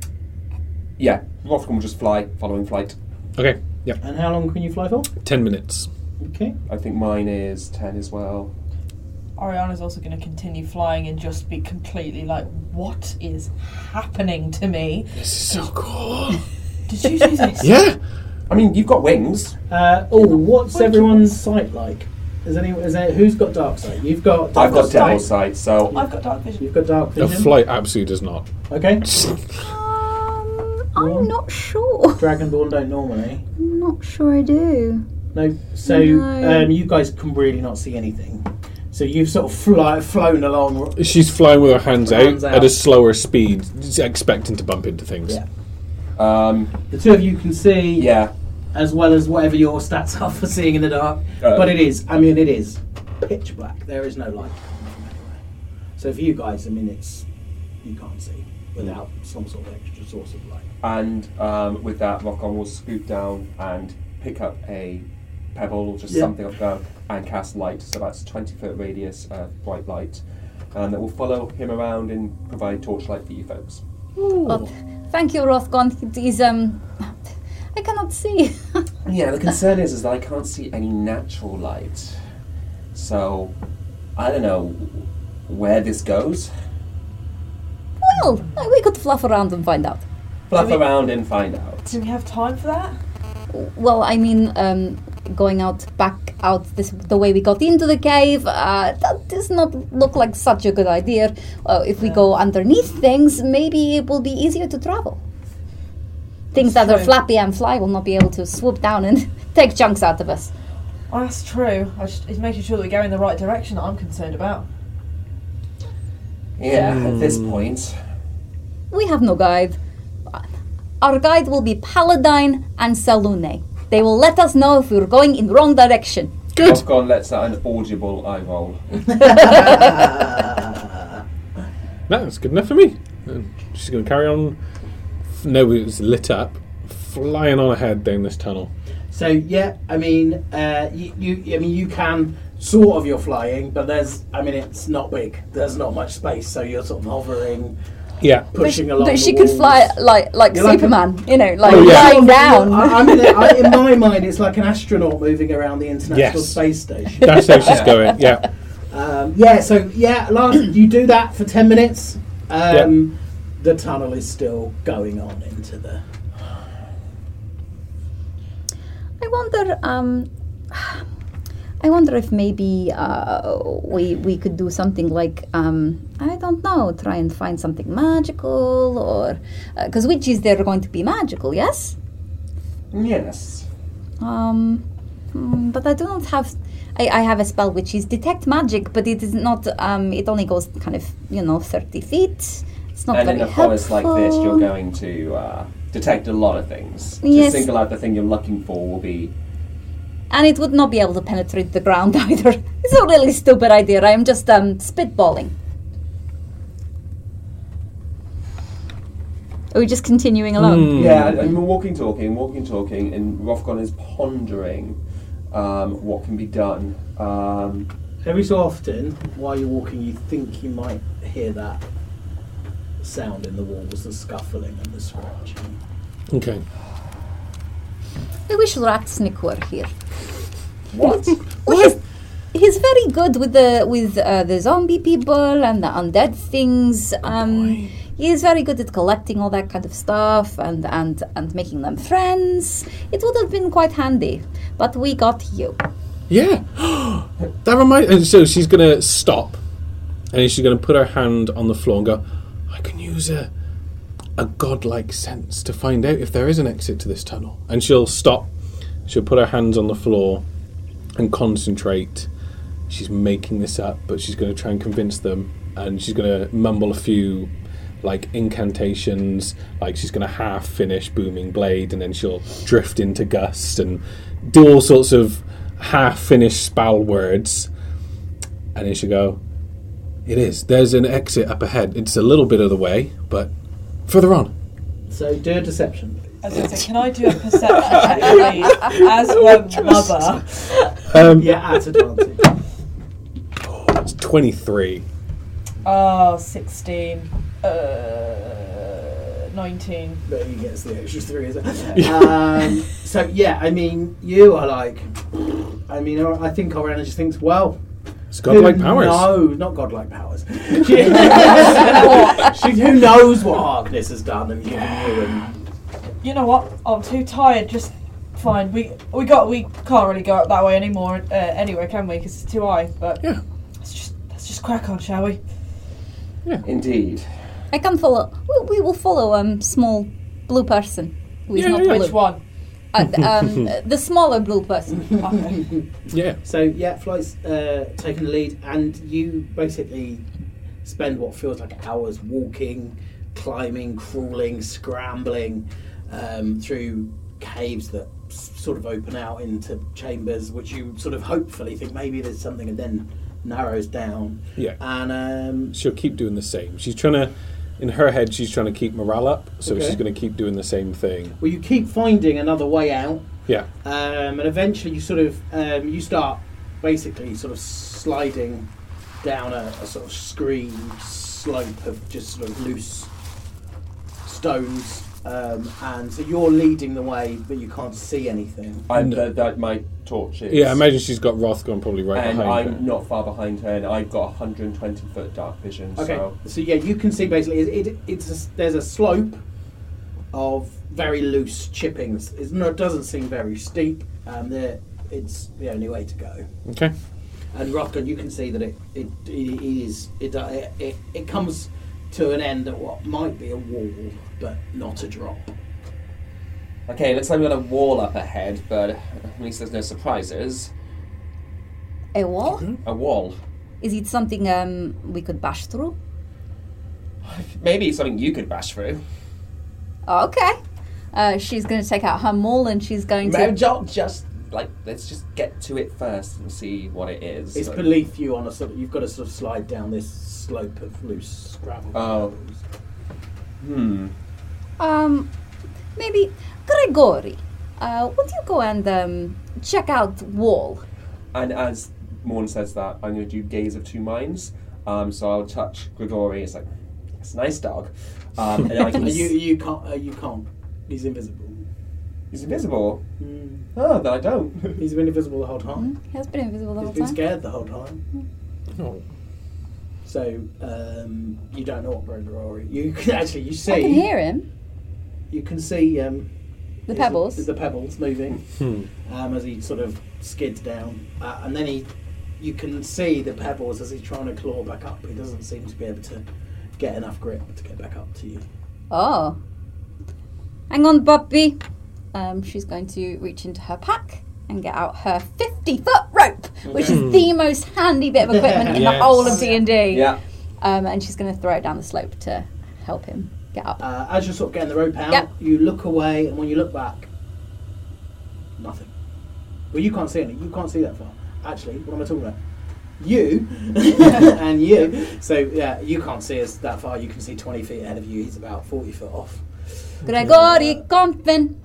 Speaker 3: yeah, Rothcon will just fly following flight.
Speaker 6: Okay. Yeah.
Speaker 1: And how long can you fly for?
Speaker 6: Ten minutes.
Speaker 1: Okay.
Speaker 3: I think mine is 10 as well.
Speaker 2: Ariana's also going to continue flying and just be completely like, what is happening to me?
Speaker 6: This is so cool.
Speaker 2: Did you do this?
Speaker 6: yeah.
Speaker 3: I mean, you've got wings.
Speaker 1: Uh, oh, what's everyone's sight like? Is any is there, who's got dark sight? You've got. Dark
Speaker 3: I've got devil sight, so
Speaker 2: I've got dark vision.
Speaker 1: You've got dark
Speaker 6: No,
Speaker 1: vision.
Speaker 6: flight absolutely does not.
Speaker 1: Okay.
Speaker 4: Um, I'm not sure.
Speaker 1: Dragonborn don't normally.
Speaker 4: I'm not sure I do.
Speaker 1: No. So
Speaker 4: No.
Speaker 1: Um, you guys can really not see anything. So you've sort of fly, flown along.
Speaker 6: She's flying with her hands,
Speaker 1: Hands
Speaker 6: out,
Speaker 1: out.
Speaker 6: at a slower speed, just expecting to bump into things.
Speaker 1: Yeah.
Speaker 3: um,
Speaker 1: The two of you can see,
Speaker 3: yeah.
Speaker 1: as well as whatever your stats are for seeing in the dark.
Speaker 3: Uh,
Speaker 1: but it is. I mean, it is pitch black. There is no light coming from anywhere. So for you guys, I mean, it's you can't see without some sort of extra source of light.
Speaker 3: And um, with that, Rockon will scoop down and pick up a pebble or just
Speaker 1: Yeah.
Speaker 3: something up there and cast light. So that's 20 foot radius uh, bright light. And that will follow him around and provide torchlight for you folks.
Speaker 4: Well, Oh, thank you, Rothgon. He's um, I cannot see.
Speaker 3: Yeah, the concern is, is that I can't see any natural light. So I don't know where this goes.
Speaker 4: well, we could fluff around and find out.
Speaker 3: Fluff around and find out.
Speaker 2: Do we have time for that?
Speaker 4: Well, I mean, um, going out back out this the way we got into the cave uh, that does not look like such a good idea. Uh, if we go underneath things, maybe it will be easier to travel. Things that are
Speaker 2: True.
Speaker 4: flappy and fly will not be able to swoop down and take chunks out of us.
Speaker 2: Oh, that's true. I just, it's making sure that we go in the right direction that I'm concerned about.
Speaker 3: Yeah, at this point.
Speaker 4: We have no guide. Our guide will be Paladine and Salune. They will let us know if we're going in wrong direction.
Speaker 6: Good.
Speaker 3: Rothcon lets out an audible eye roll.
Speaker 6: That's good enough for me. And she's going to carry on. f- No, it's lit up, flying on ahead down this tunnel.
Speaker 1: So yeah, I mean, uh, you, you, I mean, you can sort of you're flying, but there's, I mean, it's not big. There's not much space, so you're sort of hovering
Speaker 6: Yeah.
Speaker 1: pushing
Speaker 4: but she,
Speaker 1: along.
Speaker 4: but
Speaker 1: the
Speaker 4: she could
Speaker 1: walls.
Speaker 4: fly like like
Speaker 1: You're like a-
Speaker 4: Superman, you know, like
Speaker 6: Oh, yeah.
Speaker 4: lying down.
Speaker 1: I, I mean, I, in my mind, it's like an astronaut moving around the International
Speaker 6: Yes.
Speaker 1: Space Station.
Speaker 6: That's how she's going. Yeah.
Speaker 1: Um, yeah, so yeah, last you do that for ten minutes. Um, The tunnel is still going on into the.
Speaker 4: I wonder. Um, I wonder if maybe uh, we we could do something like um, I don't know, try and find something magical, or uh, because witches they're going to be magical, yes.
Speaker 3: Yes.
Speaker 4: Um, mm, but I do not have. I, I have a spell which is detect magic, but it is not. Um, it only goes kind of you know thirty feet. It's not
Speaker 3: and
Speaker 4: very
Speaker 3: in a forest
Speaker 4: helpful.
Speaker 3: like this, you're going to uh, detect a lot of things.
Speaker 4: Yes.
Speaker 3: To single out the thing you're looking for will be
Speaker 4: and it would not be able to penetrate the ground either. It's a really stupid idea. I am just um, spitballing. Are we just continuing along?
Speaker 6: Mm.
Speaker 3: Yeah, and we're walking, talking, walking, talking, and Rothgon is pondering um, what can be done. Um,
Speaker 1: Every so often, while you're walking, you think you might hear that sound in the walls, the scuffling and the scratching.
Speaker 6: Okay.
Speaker 4: Maybe we should rat sneak were here.
Speaker 3: what?
Speaker 4: Well, he's, he's very good with the with uh, the zombie people and the undead things. Um, he's very good at collecting all that kind of stuff and, and, and making them friends. It would have been quite handy, but we got you.
Speaker 6: Yeah. that reminds. And so she's gonna stop, and she's gonna put her hand on the floor and go, "I can use a a godlike sense to find out if there is an exit to this tunnel." And she'll stop. She'll put her hands on the floor and concentrate. She's making this up, but she's gonna try and convince them, and she's gonna mumble a few. Like incantations, like she's gonna half finish booming blade, and then she'll drift into gust and do all sorts of half finished spell words. And then she'll go, It is. There's an exit up ahead. It's a little bit of the way, but further on.
Speaker 1: So do a deception, please.
Speaker 2: I was gonna say, can I do a perception check, please, as her mother?
Speaker 1: Yeah, at advantage.
Speaker 6: It's 23.
Speaker 2: Oh, 16. Uh, 19.
Speaker 1: but he gets the extra three. Is it? um, so yeah, I mean, you are like, I mean, I think our energy thinks well.
Speaker 6: It's godlike
Speaker 1: Who
Speaker 6: powers.
Speaker 1: No, not godlike powers. she, who knows what Harkness has done and given you? And
Speaker 2: You know what? I'm too tired. Just fine. We we got we can't really go up that way anymore. Uh, anyway, can we? Because it's too high. But
Speaker 6: Yeah.
Speaker 2: let's just let's just crack on, shall we?
Speaker 3: Indeed.
Speaker 4: I can follow. We, we will follow um small blue person who is
Speaker 6: Yeah,
Speaker 4: not
Speaker 6: yeah, yeah.
Speaker 4: blue.
Speaker 2: Which one?
Speaker 4: Uh, th- um, uh, the smaller blue person.
Speaker 2: Okay.
Speaker 6: Yeah.
Speaker 1: so yeah, Flight's uh, taken the lead, and you basically spend what feels like hours walking, climbing, crawling, scrambling um, through caves that s- sort of open out into chambers, which you sort of hopefully think maybe there's something, and then narrows down.
Speaker 6: Yeah.
Speaker 1: And um,
Speaker 6: She'll keep doing the same. She's trying to, in her head, she's trying to keep morale up, so
Speaker 1: Okay.
Speaker 6: she's going to keep doing the same thing.
Speaker 1: well, you keep finding another way out.
Speaker 6: Yeah.
Speaker 1: um, and eventually you sort of um, you start basically sort of sliding down a, a sort of screen slope of just sort of loose stones um, and so you're leading the way but you can't see anything
Speaker 3: I'm that that my torch is.
Speaker 6: Yeah, I imagine she's got Rothgon probably right
Speaker 3: And
Speaker 6: behind
Speaker 3: I'm
Speaker 6: her.
Speaker 3: not far behind her, and I've got 120 foot dark vision.
Speaker 1: okay
Speaker 3: So
Speaker 1: so yeah you can see basically it, it, it's a s there's a slope of very loose chippings it's no, it doesn't seem very steep and there it's the only way to go
Speaker 6: Okay.
Speaker 1: and Rothgun, you can see that it it, it is it, do- it it it comes to an end at what might be a wall, but not a drop.
Speaker 3: okay, looks like we've got a wall up ahead, but at least there's no surprises.
Speaker 4: A wall?
Speaker 3: A wall.
Speaker 4: Is it something um, we could bash through?
Speaker 3: Maybe it's something you could bash through.
Speaker 4: Oh, Okay. Uh, she's going to take out her maul and she's going
Speaker 3: Maybe
Speaker 4: to.
Speaker 3: ju- just like let's just get to it first and see what it is.
Speaker 1: It's
Speaker 3: So-
Speaker 1: beneath you on a sort. Of, you've got to sort of slide down this slope of loose gravel.
Speaker 3: Oh. Hmm.
Speaker 4: Um, maybe Gregory. Uh, would you go and um, check out wall?
Speaker 3: And as Morn says that, I'm going to do Gaze of Two Minds. Um, so I'll touch Grigori. It's like, Max. Nice dog. Um, and I can.
Speaker 1: And you you can't uh, you can't. He's invisible.
Speaker 3: He's invisible.
Speaker 1: Mm.
Speaker 3: Oh, then I don't.
Speaker 1: He's been invisible the whole time.
Speaker 4: Hmm? He has been invisible the
Speaker 1: He's
Speaker 4: whole
Speaker 1: been
Speaker 4: time.
Speaker 1: scared the Hmm. whole time.
Speaker 6: Oh.
Speaker 1: So um, you don't know what Brenda or you can actually you see
Speaker 4: I can hear him.
Speaker 1: you can see um,
Speaker 4: The
Speaker 1: his-
Speaker 4: pebbles.
Speaker 1: the pebbles moving
Speaker 6: Hmm.
Speaker 1: um, as he sort of skids down uh, and then he you can see the pebbles as he's trying to claw back up he doesn't seem to be able to get enough grip to get back up to you
Speaker 4: Oh. Hang on, Bobby. Um, she's going to reach into her pack and get out her 50 foot rope, which is the most handy bit of equipment in the
Speaker 6: Yes.
Speaker 4: whole of D&D.
Speaker 3: yeah.
Speaker 4: Um, and she's going to throw it down the slope to help him get up.
Speaker 1: uh, as you're sort of getting the rope out
Speaker 4: Yep.
Speaker 1: you look away and when you look back nothing well you can't see any you can't see that far actually what am I talking about you and you so yeah you can't see us that far you can see 20 feet ahead of you he's about 40 foot off
Speaker 4: Gregory Compton.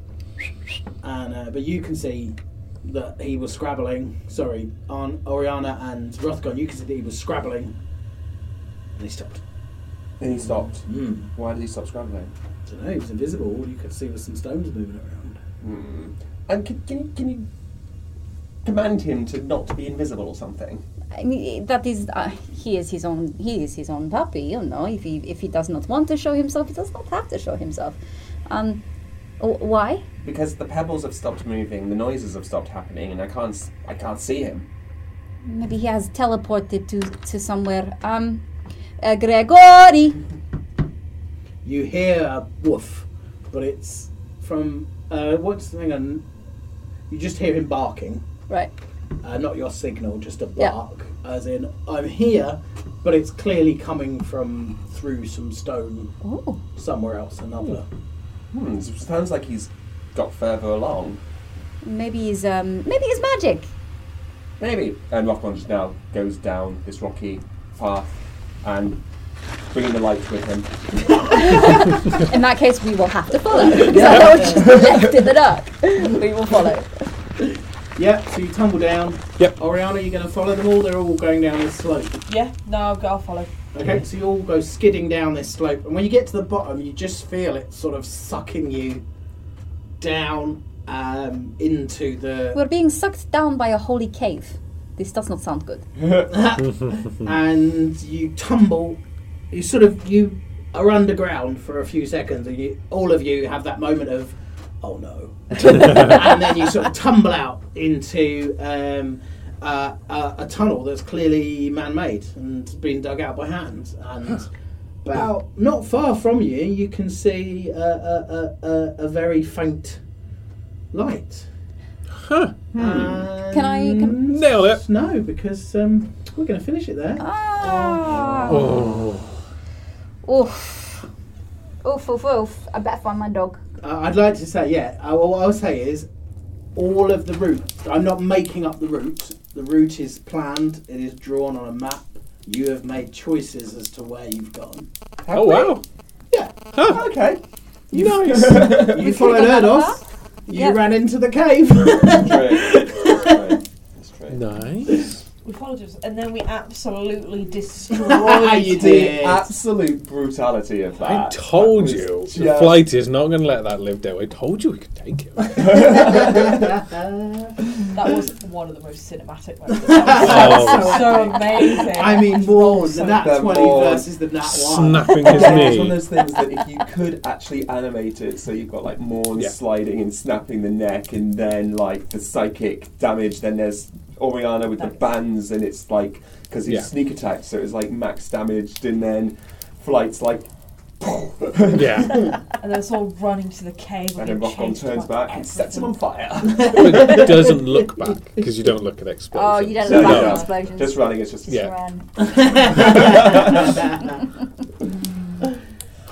Speaker 1: and uh, but you can see that he was scrabbling. Sorry, on Oriana and Rothgon, you can see that he was scrabbling, and he stopped.
Speaker 3: And he stopped.
Speaker 1: Mm.
Speaker 3: Why did he stop scrambling?
Speaker 1: I don't know. He was invisible. All you could see was some stones moving around.
Speaker 3: Hmm. And can, can, you, can you command him to not be invisible or something?
Speaker 4: I mean, that is, uh, he is his own. He is his own puppy. You know, if he if he does not want to show himself, he does not have to show himself. Um, w- why?
Speaker 3: Because the pebbles have stopped moving, the noises have stopped happening, and I can't s- I can't see him.
Speaker 4: Maybe he has teleported to to somewhere. Um, uh, Gregory.
Speaker 1: You hear a woof, but it's from uh, what's the thing? On you just hear him barking,
Speaker 4: Right.
Speaker 1: uh, not your signal, just a
Speaker 4: Yeah.
Speaker 1: bark, as in I'm here, but it's clearly coming from through some stone
Speaker 4: Oh,
Speaker 1: somewhere else, another.
Speaker 3: Hmm. so it sounds like he's got further along.
Speaker 4: maybe he's um, maybe he's magic.
Speaker 3: Maybe. And Rothgon just now goes down this rocky path and bringing the light with him.
Speaker 4: In that case, we will have to follow because I know it's just left in the dark. We will follow.
Speaker 1: Yeah. So you tumble down.
Speaker 6: Yep.
Speaker 1: Oriana, you're going to follow them all. They're all going down this slope.
Speaker 2: Yeah, no, I'll, go- I'll follow.
Speaker 1: Okay, so you all go skidding down this slope, and when you get to the bottom, you just feel it sort of sucking you down um, into the.
Speaker 4: We're being sucked down by a holy cave. This does not sound good.
Speaker 6: Mm.
Speaker 1: and you tumble. You sort of you are underground for a few seconds, and you all of you have that moment of, oh no, and then you sort of tumble out into um, uh, a, a tunnel that's clearly man-made and been dug out by hand. And about not far from you, you can see a, a, a, a, a very faint light.
Speaker 6: Huh.
Speaker 1: And
Speaker 4: Hmm. Can I- can-
Speaker 6: Nail it.
Speaker 1: No, because um, we're going to finish it there.
Speaker 4: Ah.
Speaker 6: Oh.
Speaker 4: Oof. Oof, oof, oof. I better find my dog.
Speaker 1: Uh, I'd like to say, yeah, I, what I'll say is all of the route, I'm not making up the route. The route is planned, it is drawn on a map. You have made choices as to where you've gone.
Speaker 3: Have
Speaker 6: Oh
Speaker 3: we?
Speaker 6: wow.
Speaker 1: Yeah.
Speaker 3: Okay.
Speaker 1: You, you
Speaker 4: We
Speaker 1: followed
Speaker 4: could've gone
Speaker 1: Erdos, you
Speaker 4: Yeah.
Speaker 1: ran into the cave.
Speaker 3: That's true. That's true.
Speaker 6: Nice.
Speaker 2: We followed us, and then we absolutely
Speaker 1: Ah,
Speaker 2: destroyed.
Speaker 1: you
Speaker 3: The
Speaker 1: did.
Speaker 3: absolute brutality of that.
Speaker 6: I told
Speaker 3: That
Speaker 6: you.
Speaker 3: was
Speaker 6: The
Speaker 3: just-
Speaker 6: flight is not going to let that live down. I told you we could take it.
Speaker 2: that was one of the most cinematic moments. That was
Speaker 6: Oh.
Speaker 2: so amazing.
Speaker 1: I mean, more than
Speaker 2: So
Speaker 1: that
Speaker 3: good.
Speaker 1: 20 versus the nat 1.
Speaker 6: Snapping his
Speaker 3: Yeah, it's one of
Speaker 6: knee.
Speaker 3: those things that if you could actually animate it, so you've got like Morn
Speaker 6: Yeah.
Speaker 3: sliding and snapping the neck, and then like the psychic damage. Then there's Oriana with the
Speaker 2: Nice.
Speaker 3: bands, and it's like because he's
Speaker 6: Yeah.
Speaker 3: sneak attacked, so it's like max damaged, and then flights like
Speaker 6: Yeah.
Speaker 2: and then it's all running to the cave.
Speaker 3: and then
Speaker 2: being
Speaker 3: Rockon
Speaker 2: chased
Speaker 3: turns
Speaker 2: by
Speaker 3: back and sets him on fire.
Speaker 6: but it doesn't look back because you don't look at explosions.
Speaker 4: Oh, you don't
Speaker 3: No,
Speaker 4: look
Speaker 3: no,
Speaker 4: back
Speaker 3: no.
Speaker 4: at explosions.
Speaker 3: Just running, it's just
Speaker 6: Yeah.
Speaker 4: Run.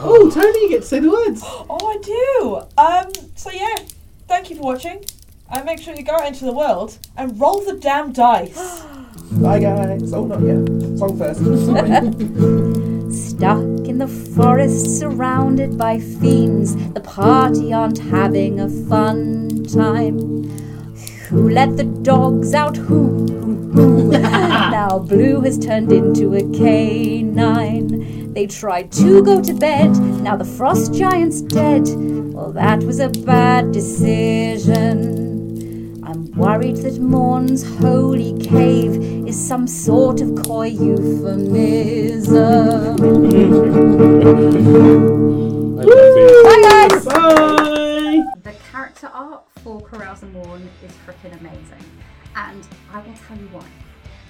Speaker 1: oh, Tony, you get to say the words.
Speaker 2: Oh, I do. Um. So yeah, thank you for watching. And make sure you go out into the world and roll the damn dice.
Speaker 3: Bye guys. Oh, not yet. Song first. Sorry.
Speaker 4: Stuck in the forest, surrounded by fiends, the party aren't having a fun time. Who let the dogs out? Who? Who? Who? now Blue has turned into a canine. They tried to go to bed, now the frost giant's dead. Well, that was a bad decision. I'm worried that Morn's holy cave is some sort of coy euphemism.
Speaker 6: I love it.
Speaker 4: Bye, guys!
Speaker 1: Bye.
Speaker 4: The character art for Corrals and Morn is freaking amazing. And I will tell you why.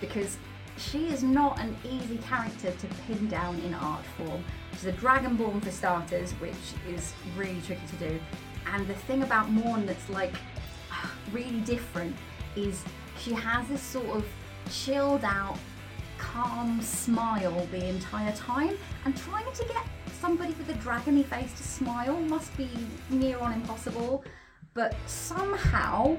Speaker 4: Because she is not an easy character to pin down in art form. She's a dragonborn for starters, which is really tricky to do. And the thing about Morn that's like really different is she has this sort of chilled out, calm smile the entire time, and trying to get somebody with a dragony face to smile must be near on impossible. But somehow,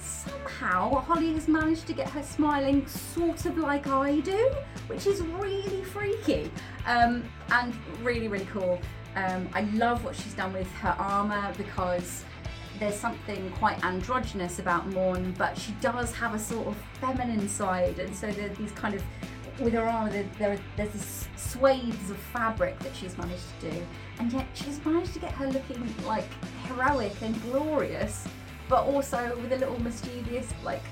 Speaker 4: somehow, Holly has managed to get her smiling sort of like I do, which is really freaky um, and really, really cool. Um, I love what she's done with her armor because there's something quite androgynous about Morn, but she does have a sort of feminine side, and so there are these kind of with her armor, there, there are, there's these swathes of fabric that she's managed to do, and yet she's managed to get her looking like heroic and glorious, but also with a little mischievous like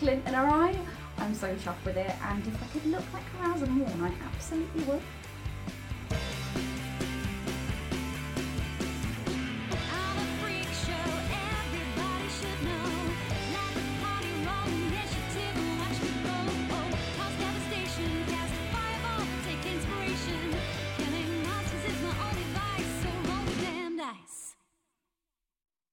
Speaker 4: glint in her eye. I'm so chuffed with it, and if I could look like Carousal Morn, I absolutely would.
Speaker 5: Oh,